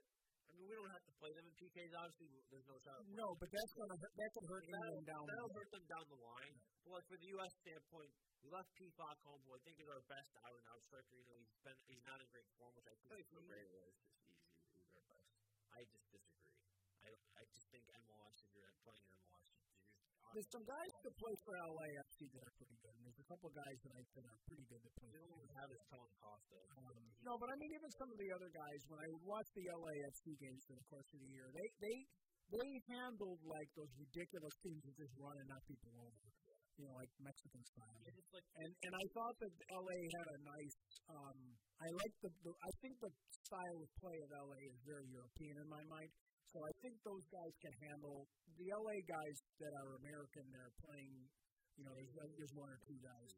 B: I mean, we don't have to play them in PKs. Obviously, w- there's no shot.
C: No, but that's gonna hurt- that could hurt England down. the
B: That'll
C: road.
B: hurt them down the line. But like for the U.S. standpoint, we left Peacock home, who I think is our best out and out striker. You know, he's been he's not in great form, which I think is great. I just disagree. I don't, I just think MLS if you're playing in MLS, you're just
C: There's some guys that play for LAFC that are pretty good, and there's a couple guys that I that are pretty good that play.
B: the only
C: for
B: one we have is Colin Costa.
C: Um, no, but I mean, even some of the other guys, when I watched the LAFC games for the course of the year, they they they handled like those ridiculous teams that just run and knock people over, you know, like Mexican style.
B: It's just like
C: And and I thought that LA had a nice. Um, I like the, the. I think the style of play of LA is very European in my mind. So I think those guys can handle the LA guys that are American that are playing. You know, there's one- there's one or two guys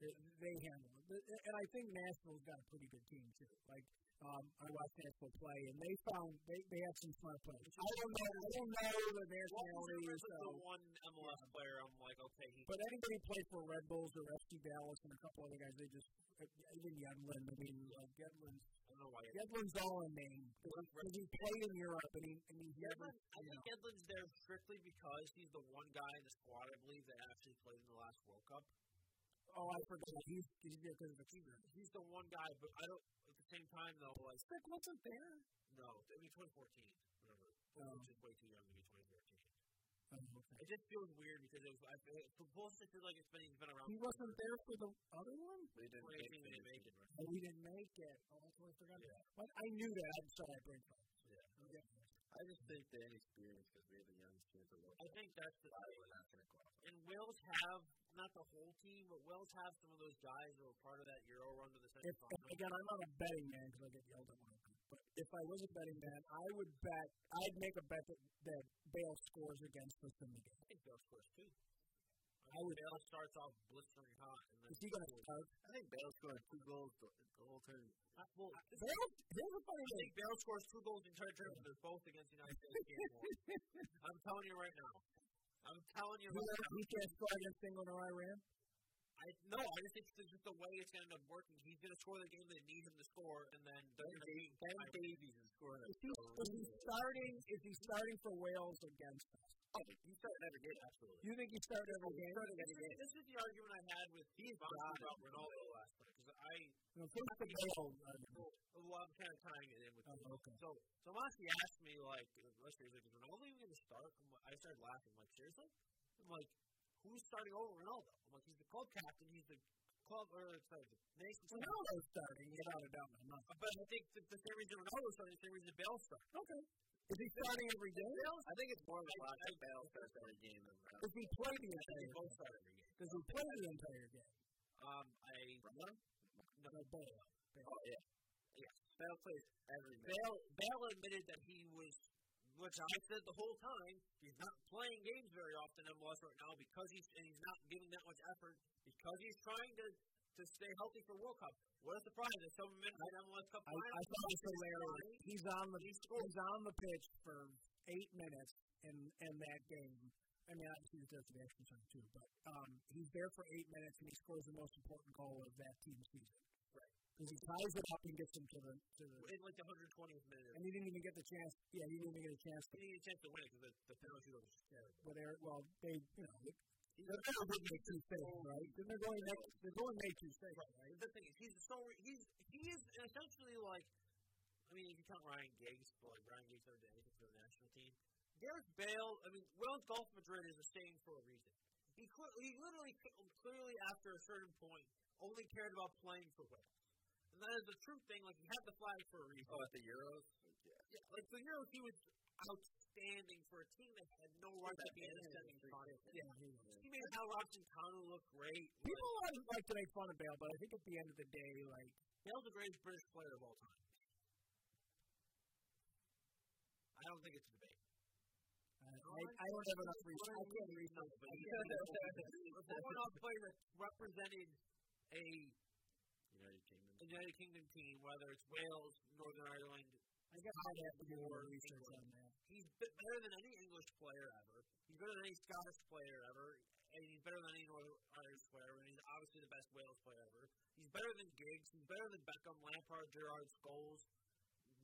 C: they, they handle it, But- and I think Nashville's got a pretty good team too. Like um, I watched Nashville play, and they found they they had some smart players. I don't know. I don't know the nationality.
B: There's
C: so.
B: the one MLS player I'm like, okay, he
C: But anybody who played for Red Bulls or FC Dallas and a couple other guys, they just even Yedlin. I mean, like Yedlin's
B: I don't know why. he-
C: Yedlin's all in name because he played in Europe and he and he's never.
B: Edlin, I think Edlin's there strictly because he's the one guy in the squad, I believe, that actually played in the last World Cup.
C: Oh, I forgot. He's he's there because of the keeper.
B: He's the one guy, but I don't. At the same time, though, like
C: Rick wasn't there.
B: no, I mean 2014, whatever.
C: Um,
B: Which is way too young to be 2014.
C: Oh, okay.
B: It just feels weird because it was, I, it, Pulisic feels like it's been he's been around
C: He wasn't there for the other one?
D: They didn't
B: Well,
D: make
B: they
D: it.
B: didn't make it.
C: Oh, we didn't make it. Oh, that's what I forgot. What? I knew that. I'm sorry, Brent. Yeah.
D: I just think they had experience because we had the young kids that were
B: I think that's the
D: probably were not going to qualify.
B: and Wales have not the whole team, but Wales have some of those guys that were part of that Euro run to the
C: If, if-
B: semifinals.
C: again, I'm not a betting man because I get yelled at when I do. But if I was a betting man, I would bet. I'd make a bet that, that Bale scores against us in the game.
B: I think Bale scores too. I
C: I
B: think
C: would-
B: Bale starts off blistering hot, and then
C: Is he going to start?
D: I think Bale scored two goals the, the whole time.
B: I, well, I
C: Bale, Bale's a funny
B: think Bale scores two goals in entire tournament. They're both against the United States. Can't win. I'm telling you right now. I'm telling you.
C: Who
B: Right now.
C: he can't score against England or Iran.
B: I no, I just think it's just the way it's gonna end up working. He's gonna score the game they need him to score, and then they're gonna beat
D: Ben
B: Iran.
D: Davies is scoring a
C: Is he,
D: goal.
C: is he starting? Is he starting for Wales against us?
D: Oh, he started every game, absolutely.
C: You think he started every game?
B: This is the argument I had with Steve Bonson about Ronaldo last night because I
C: No, first the Bale. argument.
B: well, well, I'm kind of tying it in with
C: Oh, okay.
B: so so Monty asked me like last year he's like is Ronaldo even gonna start? I'm like, I started laughing I'm like seriously? I'm like who's starting over Ronaldo? I'm like he's the club captain, he's the club or sorry the nation.
C: Well, now they're starting without a doubt. I'm not.
B: But I think the, the same reason Ronaldo started, the same reason Bale started.
C: Okay. Is he starting every day?
D: I think it's more of a lot. I think Bale starts every game. than Ronaldo.
C: Does he play the
B: I think
C: entire
B: they both
C: game?
B: started every game.
C: Does he play the entire game?
B: Um, I
D: Ronaldo?
C: No, Bale.
D: Oh, yeah.
B: yes, Bale plays
D: Every minute.
B: Bale, Bale admitted that he was, which I said the whole time, he's not playing games very often in MLS right now because he's and he's not giving that much effort because he's trying to to stay healthy for World Cup. What a surprise that some minutes in MLS Cup
C: I, I
B: final,
C: thought it was hilarious. He's on the
B: he scored.
C: he's on the pitch for eight minutes in in that game. I mean, obviously he's there for the extra time too, but um, he's there for eight minutes and he scores the most important goal of that team's season. Right. Because he ties it up and gets them to the to the.
B: in like the 120th minute.
C: And he didn't even get the chance. Yeah, he didn't even get a chance to.
B: He didn't get a chance to win it because the, the penalty was just terrible.
C: But they're well, they you know. They, they're going to make two saves, right? Then they're going to make they're going to make two saves, right?
B: The thing is, he's so he's he is essentially like, I mean, if you count Ryan Giggs, but like Ryan Giggs never did anything for the national team. Gareth Bale, I mean, World Golf Madrid is a saying for a reason. He cl- he literally c- clearly after a certain point only cared about playing for Wales, and that is the true thing. Like he had the flag for a reason.
D: Oh, at the Euros? Yeah.
B: yeah, like for Europe, he was outstanding for a team that had no right to be in the semifinals. Yeah, he made Al Robson Connor look great.
C: People always like to make fun of Bale, but I think at the end of the day, like
B: Bale's the greatest British player of all time. I don't think it's a debate.
C: Uh, I, I, I don't have enough research. I can't research, but
B: If one player that represented a
D: United Kingdom.
B: United Kingdom team, whether it's Wales, Northern Ireland,
C: I guess I have to do more research on that.
B: he's be- better than any English player ever. He's better than any Scottish player ever. And he's better than any Northern Irish player ever. And he's obviously the best Wales player ever. He's better than Giggs. He's better than Beckham, Lampard, Gerrard, Scholes,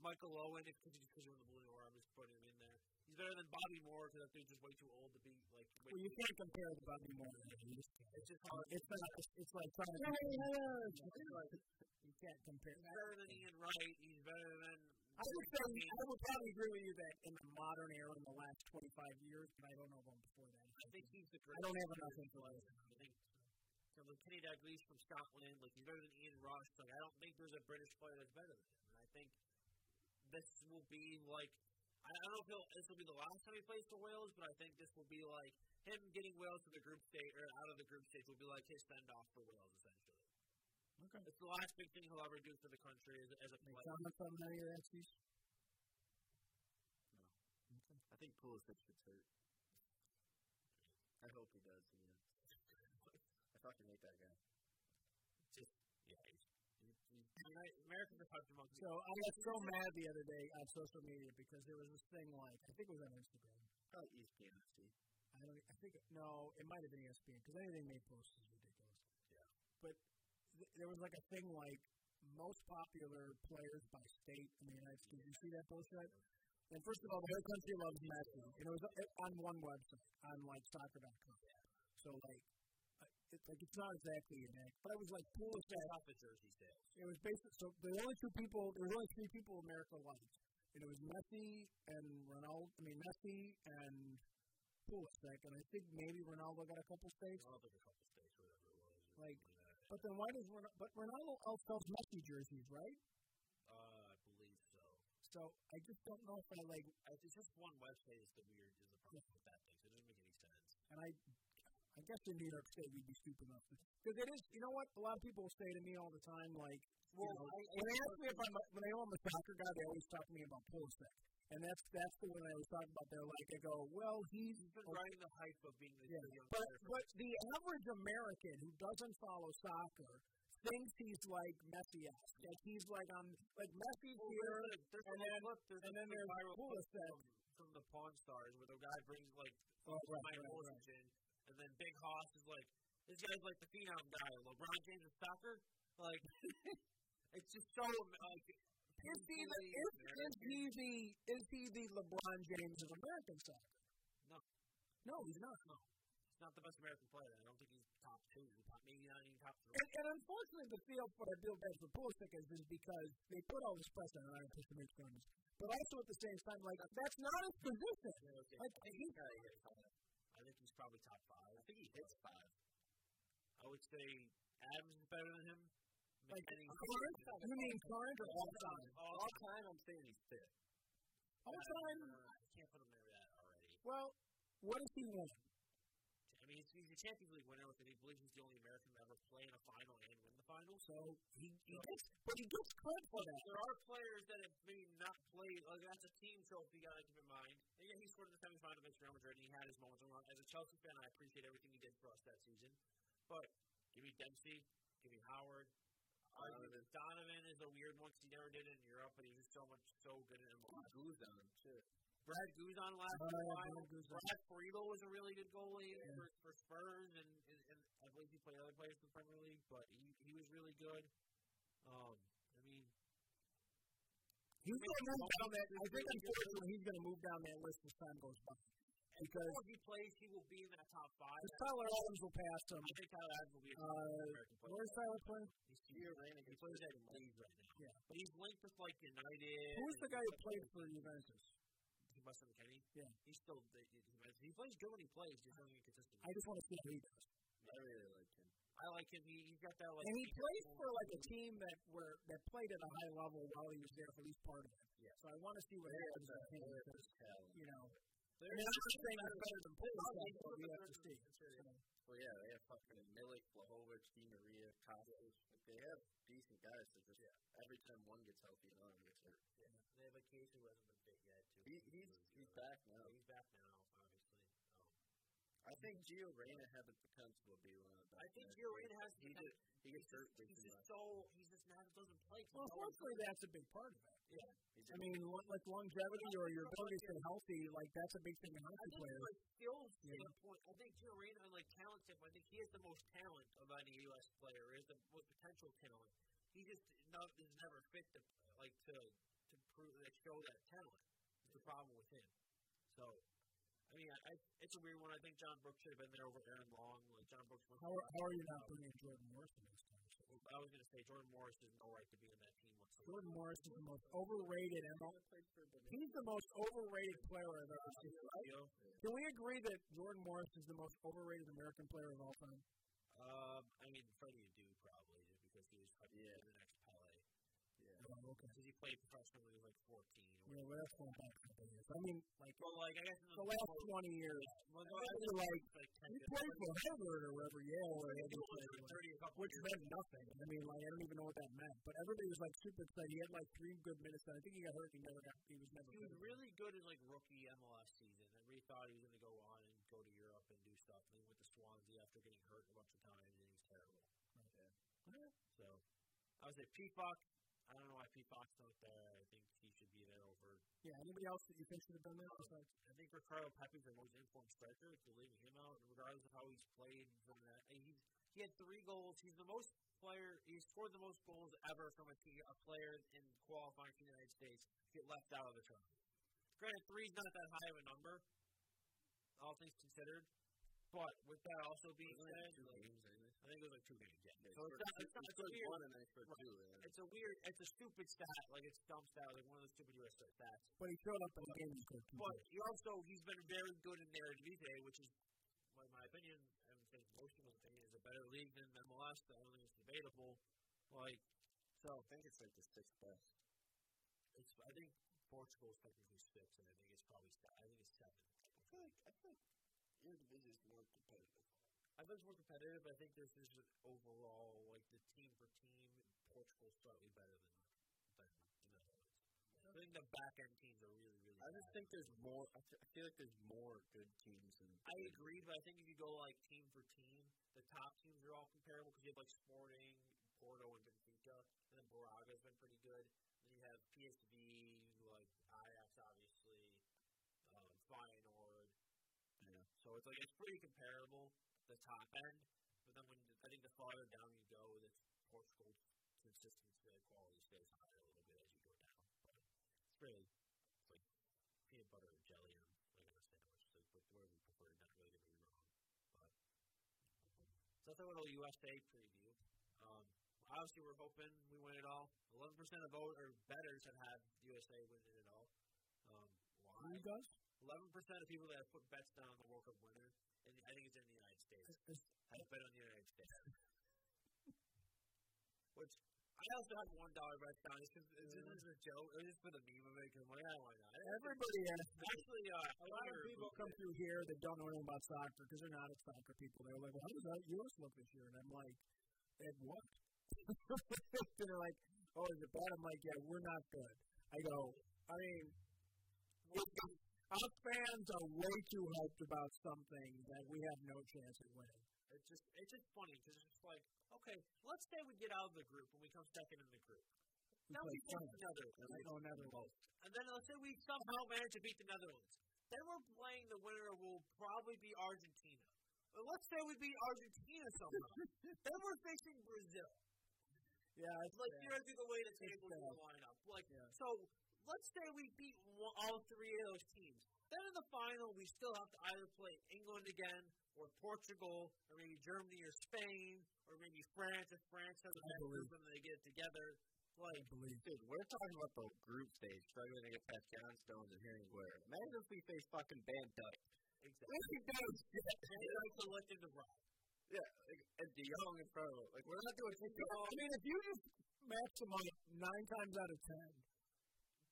B: Michael Owen. If because he's because of the blue or I'm just putting him in there. He's better than Bobby Moore because that dude's just way too old to be like. Way
C: Well, you can't compare the Bobby Moore. to the East.
B: it's just hard.
C: It's not. It's, it's like trying to. You can't compare.
B: He's better than Ian Wright. He's better than.
C: I would say I would probably agree with you that in the modern era, in the last 25 years, but I don't know about before that.
B: I think he's the
C: I
B: greatest.
C: don't have enough information.
B: I think so. Like Kenny Dalglish from Scotland, like he's better than Ian Rush. Like I don't think there's a British player that's better than him. And I think this will be like I I don't know if he'll, this will be the last time he plays for Wales, but I think this will be like him getting Wales to the group stage or out of the group stage will be like his send off for Wales essentially.
C: Okay.
B: It's the last big thing he'll ever do for the country as, as a
C: Any
B: player.
C: comments on any of that, Steve?
D: I think Pulisic should start. I hope he does. Yeah. I fucking hate that guy.
B: Yeah, he's, he's, he's, United- Americans are punching monkeys.
C: So I got so mad the other day on social media because there was this thing like I think it was on Instagram.
D: Probably ESPN FC.
C: I don't. I think it- no, it might have been E ESPN because anything they post is ridiculous.
D: Yeah.
C: But th- there was like a thing like most popular players by state in the United States. Did you see that post right? And first of all, the whole country loves Messi, and it was it- on one website on like soccer.com. So like, uh, it's like it's not exactly an act, but I was like, cool as that.
B: off the jersey sales.
C: It was basically so there were only two people. There were only three people America liked, and it was Messi and Ronaldo. I mean Messi and Pulisic, and I think maybe Ronaldo got a couple saves.
D: Well, like a couple states, whatever it was. or
C: Like-
D: something that.
C: But then why does Ronaldo, but Ronaldo also sells Messi jerseys, right?
D: Uh, I believe so.
C: So I just don't know if I like,
D: I, it's just one website is the weird is the problem with that thing. So it doesn't make any sense.
C: and I, I guess in New York State we'd be stupid enough because it is. You know what? A lot of people say to me all the time, like,
B: Well,
C: you know,
B: I,
C: when they ask me if I'm a, when they know I'm a soccer guy, they always talk to me about Pulisic, and that's that's the one I always talk about. They're like, I go, well, he's
B: he's been
C: a
B: riding the hype of being the
C: Yeah,
B: the young
C: But
B: player for
C: but the average American who doesn't follow soccer thinks he's like Messi-esque. Like he's like I'm like Messi's
B: Well,
C: here,
B: there's a- there's
C: and
B: a
C: then-
B: clip, there's
C: and
B: a
C: then there's
B: viral clip
C: Pulisic.
B: from, from the Pawn Stars where the guy brings like
C: Oh, right,
B: Mike
C: right,
B: Wilson in, and then Big Hoss is like, this guy's like the phenom guy, LeBron James of soccer. Like, it's just so am- like.
C: Is he the
B: painfully
C: is, is
B: American.
C: he the is he the LeBron James of American soccer?
B: No.
C: no, he's not.
B: He's not the best American player. I don't think he's top two, top maybe not even top three.
C: And, and unfortunately, the feel what I feel bad for Pulisic is, is because they put all this pressure on him to make runs, but also at the same time, like that's not his position.
B: You know, it's-
C: Like he,
B: Yeah, he hits five. I think he's probably top five. I think he hits five. I would say Adams is better than him.
C: Like,
B: McKennie's
C: current, you mean current or all time?
B: All time, I'm saying he's fifth. Uh,
C: All time.
B: I can't put him there that already.
C: Well, what does he win?
B: I mean, he's, he's a Champions League winner with it. He believes he's the only American to ever play in a final and win the finals.
C: So he, he gets, but he gets credit for
B: But
C: that.
B: there are players that have maybe not played. Like that's a team trophy you gotta keep in mind. And yeah, he scored in the semifinal against Real Madrid, and he had his moments. And As a Chelsea fan, I appreciate everything he did for us that season. But give me Dempsey, give me Howard. Uh, Donovan is a weird one 'cause he never did it in Europe, but he was so much so good at MLS.
D: Guzan, too.
B: Brad Guzan last
C: Oh,
B: year.
C: yeah,
B: Brad,
C: Brad Guzan.
B: Friedel was a really good goalie
C: Yeah.
B: for, for Spurs, and, and, and I believe he played other players in the Premier League, but he, he was really good. Um, I mean,
C: He's
B: mean,
C: going to move
B: Bobby
C: down that. I
B: Fischer is
C: think
B: just-
C: unfortunately he's going to move down that list as time goes by because
B: if he plays, he will be in that top five.
C: because Tyler Adams will pass him.
B: I think Tyler Adams will be a top
C: Uh,
B: American player.
C: where's Tyler playing?
B: He's here right He plays at Leeds right now.
C: Yeah.
B: But he's linked with like United.
C: Who's the guy who
B: plays?
C: played for Juventus?
B: Weston McKinney.
C: Yeah.
B: He's still he- he- he plays good when he plays, just not inconsistent.
C: I just want to see how he does.
D: I really like him.
B: I like him. He, he's got that like.
C: And he
B: deep
C: plays
B: ball.
C: for like a team that were that played at a high level while he was there for at least part of it. Yeah. So I want to see what happens with him because you know. I mean, I'm not saying he's better than Pulisic, but we have to see. So,
D: Well, yeah, they have fucking Milik, Blahovic, Di Maria, Kostic. Like, they have decent guys. So just every time one gets healthy, another gets hurt.
B: They have a case who hasn't been fit yet too.
D: He, he's he's back now.
B: He's back now, obviously. Um,
D: I think Gio Reyna had the potential to be one of the best.
B: I think
D: players.
B: Gio Reyna has the
D: He just he
B: He's
D: gets hurt
B: just,
D: way
B: he's
D: too
B: just
D: much.
B: so he's just not doesn't play. 'cause
C: Well,
B: he's always
C: hopefully that's a big part of it.
D: He's
C: I mean, lo- like longevity or your ability to stay healthy, like that's a big thing in
B: I
C: hockey
B: think from
C: players.
B: a skill
C: Yeah.
B: standpoint, I think Giorena, like talent standpoint, I think he has the most talent of any U.S. player. He has the most potential talent. He just not, is never fit to like to to prove that show that talent. Is the problem with him. So, I mean, I, I, it's a weird one. I think John Brooks should have been there over Aaron Long. Like John Brooks. Was,
C: How are, how are you not bringing Jordan Morris in this time?
B: I was gonna say Jordan Morris is no right to be in that team whatsoever.
C: Jordan Morris is the most overrated ML. He's the most overrated player I've ever seen. Right?
B: Gio,
C: Can we agree that Jordan Morris is the most overrated American player of all time?
B: Um, I mean Freddie Adu probably because he was probably
D: Yeah.
B: the next Pele.
C: Oh, okay.
B: because he played professionally when he was like 14. Or
C: Yeah, well, that's going back a couple years. I mean, like
B: Well, like I guess in
C: the last 20 years,
B: well, no, I
C: they're like
B: was like 10
C: he played for Harvard or wherever Yale or
B: He
C: whatever.
B: was like 30 a couple
C: which
B: years.
C: meant nothing. I mean, like I don't even know what that meant. But everybody was like super excited. He had like three good minutes, and I think he got hurt. And he never got. He was never.
B: He was really good in like rookie MLS season. I really thought he was going to go on and go to Europe and do stuff. And then he went to Swansea after getting hurt a bunch of times, and he was terrible. Okay. So I was at Peacock. I don't know why Peacock's not there. I think he should be there over.
C: Yeah. Anybody else that you think should have done that? Besides,
B: I think Ricardo Pepe's the most informed striker. So leaving him out, regardless of how he's played from that, and he's he had three goals. He's the most player. He scored the most goals ever from a, team, a player in qualifying for the United States. Get left out of the tournament. Granted, three's not that high of a number, all things considered. But with that also being said, like,
D: games, I think.
B: I
D: I think it was like two games. Yeah.
B: So it's not- it's not
D: scored
B: weird.
D: one and then he scored
B: Right.
D: two. Yeah.
B: It's a weird, it's a stupid stat. Like it's dumb stat, like one of the stupid U.S. stats.
C: But he showed up in the game and scored two
B: But
C: goals.
B: he also he's been very good in the Eredivisie, which is, well, in my opinion, and I think most people's opinion, is a better league than MLS. I don't think it's debatable. Like, so
D: I think it's like the sixth best.
B: it's, I think Portugal is technically six, and I think it's probably se- I think it's seven.
D: I feel like I feel like your division is more competitive.
B: I think it's more competitive. I think there's just an overall like the team for team, Portugal's slightly better than than the Netherlands. I think the back end teams are really really.
D: I just
B: bad.
D: think there's more. I, f- I feel like there's more good teams than.
B: I agree, but I think if you go like team for team, the top teams are all comparable because you have like Sporting, Porto, and Benfica, and then Baraga's been pretty good. Then you have PSV, like Ajax, obviously, um, Feyenoord.
D: Yeah.
B: So it's like it's pretty comparable the top end, but then when I think the farther down you go, the Portugal's consistency and quality stays higher a little bit as you go down. But it's really it's like peanut butter and jelly on like on a sandwich. So like whatever you prefer, not really gonna be wrong. But so that's our little USA preview. Um, obviously we're hoping we win it all. Eleven percent of vote or betters have had USA winning it all. Um, why?
C: Who does?
B: Eleven percent of people that have put bets down on the World Cup winner, and I think it's in the United States, have bet on the United States. Which I also had one dollar bet down. It's just, it's just a joke. It was just for the meme of it. Cause I'm like, oh, why not?
C: Everybody has.
B: Actually, uh,
C: A lot of people come through here that don't know anything about soccer because they're not at soccer people. They're like, well, how does that yours look this year? And I'm like, it what? and they're like, oh, is it bad? I'm like, yeah, we're not good. I go, I mean, we- our fans are way too hyped about something that we have no chance at winning.
B: It's just it's just funny because it's just like okay, let's say we get out of the group and we come second in the group.
C: It's
B: Now we
C: like, oh,
B: face
C: fine.
B: the Netherlands,
C: I don't ever vote.
B: and then let's say we somehow manage to beat the Netherlands. Then we're playing the winner will probably be Argentina. But let's say we beat Argentina somehow. then we're facing Brazil.
C: Yeah, it's
B: Like
C: bad.
B: theoretically, the way the tables
C: bad.
B: will line up. Like
C: Yeah.
B: so, let's say we beat one, all three of those teams. Then in the final, we still have to either play England again, or Portugal, or maybe Germany or Spain, or maybe France if France has a
C: I
B: better
C: believe-
B: group and they get it together.
C: I
B: Like
C: believe.
D: Dude, we're talking about the group stage, struggling to get past John Stones and Harry Ware. Imagine if we face fucking Van Dyke.
B: exactly. They like to let them run.
D: Like, and De Jong in front of him. Like, we're not doing shit.
C: I mean, if you just match them up nine times out of ten,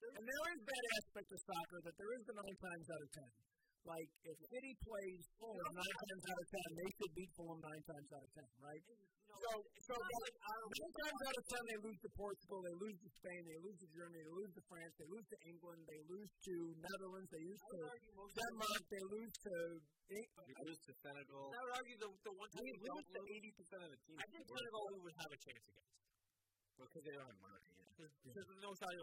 C: and there is that aspect of soccer that there is the nine times out of ten. Like, if City plays Fulham nine times out of ten, they should beat Fulham nine times out of ten, right?
B: You know,
C: So, so
B: it's not
C: yeah,
B: like I don't
C: nine times out of ten, they lose to Portugal, they lose to Spain, they lose to Germany, they lose to France, they lose to England, they lose to Netherlands, they lose
B: I
C: to
B: would argue most of them.
C: Denmark, they lose to. Eng-
D: We lose to Senegal.
B: I would argue the, the one
D: We
B: time we
D: lose
B: don't lose,
D: to 80% of the team.
B: I think Senegal we would have a chance against
D: Because they don't have money.
B: because no Saudi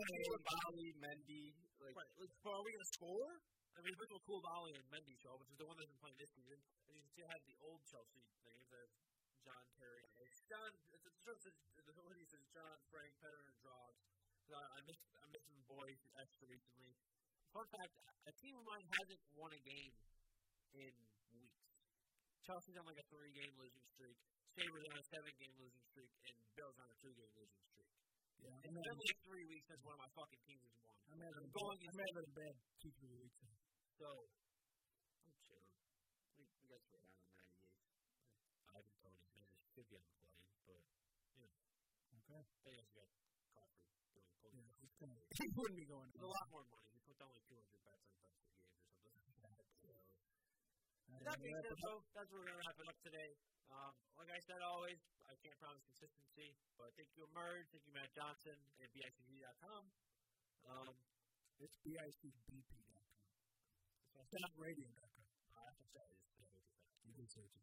D: Bali, Mendy, like,
B: Right. Like, so are we going to score? I mean, first of all, Koulibaly and Mendy show up, which is the one that's been playing this season. And you still have the old Chelsea thing, the John Terry. It's John, it's, it's, it's, it's, the one he says John, Frank, Pedder, and Drogs. So I, I missed, I missed the boys extra recently. Fun fact, a team of mine hasn't won a game in weeks. Chelsea's on like a three-game losing streak. Sabres on a seven-game losing streak, and Bill's on a two-game losing streak.
C: Yeah, I'm
B: It's
C: having,
B: been like three weeks since one of my fucking teams has won.
C: I'm having, a
B: Going
C: bad- I'm having a bad two, three weeks.
B: So, I'm chilling. We, we got to around the 98. Ivan Tony Spanish should be on the plane, but, you know,
C: Okay.
B: they also got caught for doing cold.
C: Yeah, it's gonna, it wouldn't be going.
B: There's a lot more money. He put down like 200 bets on bets for games or something like that. So, that being said, though, that's where we're going to wrap it up today. Um, like I said, always, I can't promise consistency, but thank you, Emerge. Thank you, Matt Johnson, and BICD.com. Um,
C: It's BICBP.com. It's not radio.com.
B: I have to say this today because I
C: You can search it.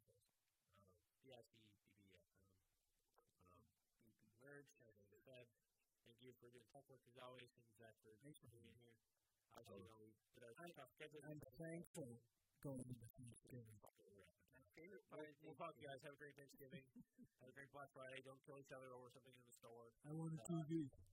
B: um, BICBBFM. Um, you can merge, as I said. Thank you for doing tech work as always. Thank you, Zach, for
C: Thanks for
B: being here. I don't know, we did our
C: I-
B: tough schedule.
C: I'm thankful going into Thanksgiving.
B: All right, We'll talk to you guys.
C: Uh-huh.
B: Have a great Thanksgiving. Have a great Black Friday. Don't kill each other over something in the store.
C: I want a TV.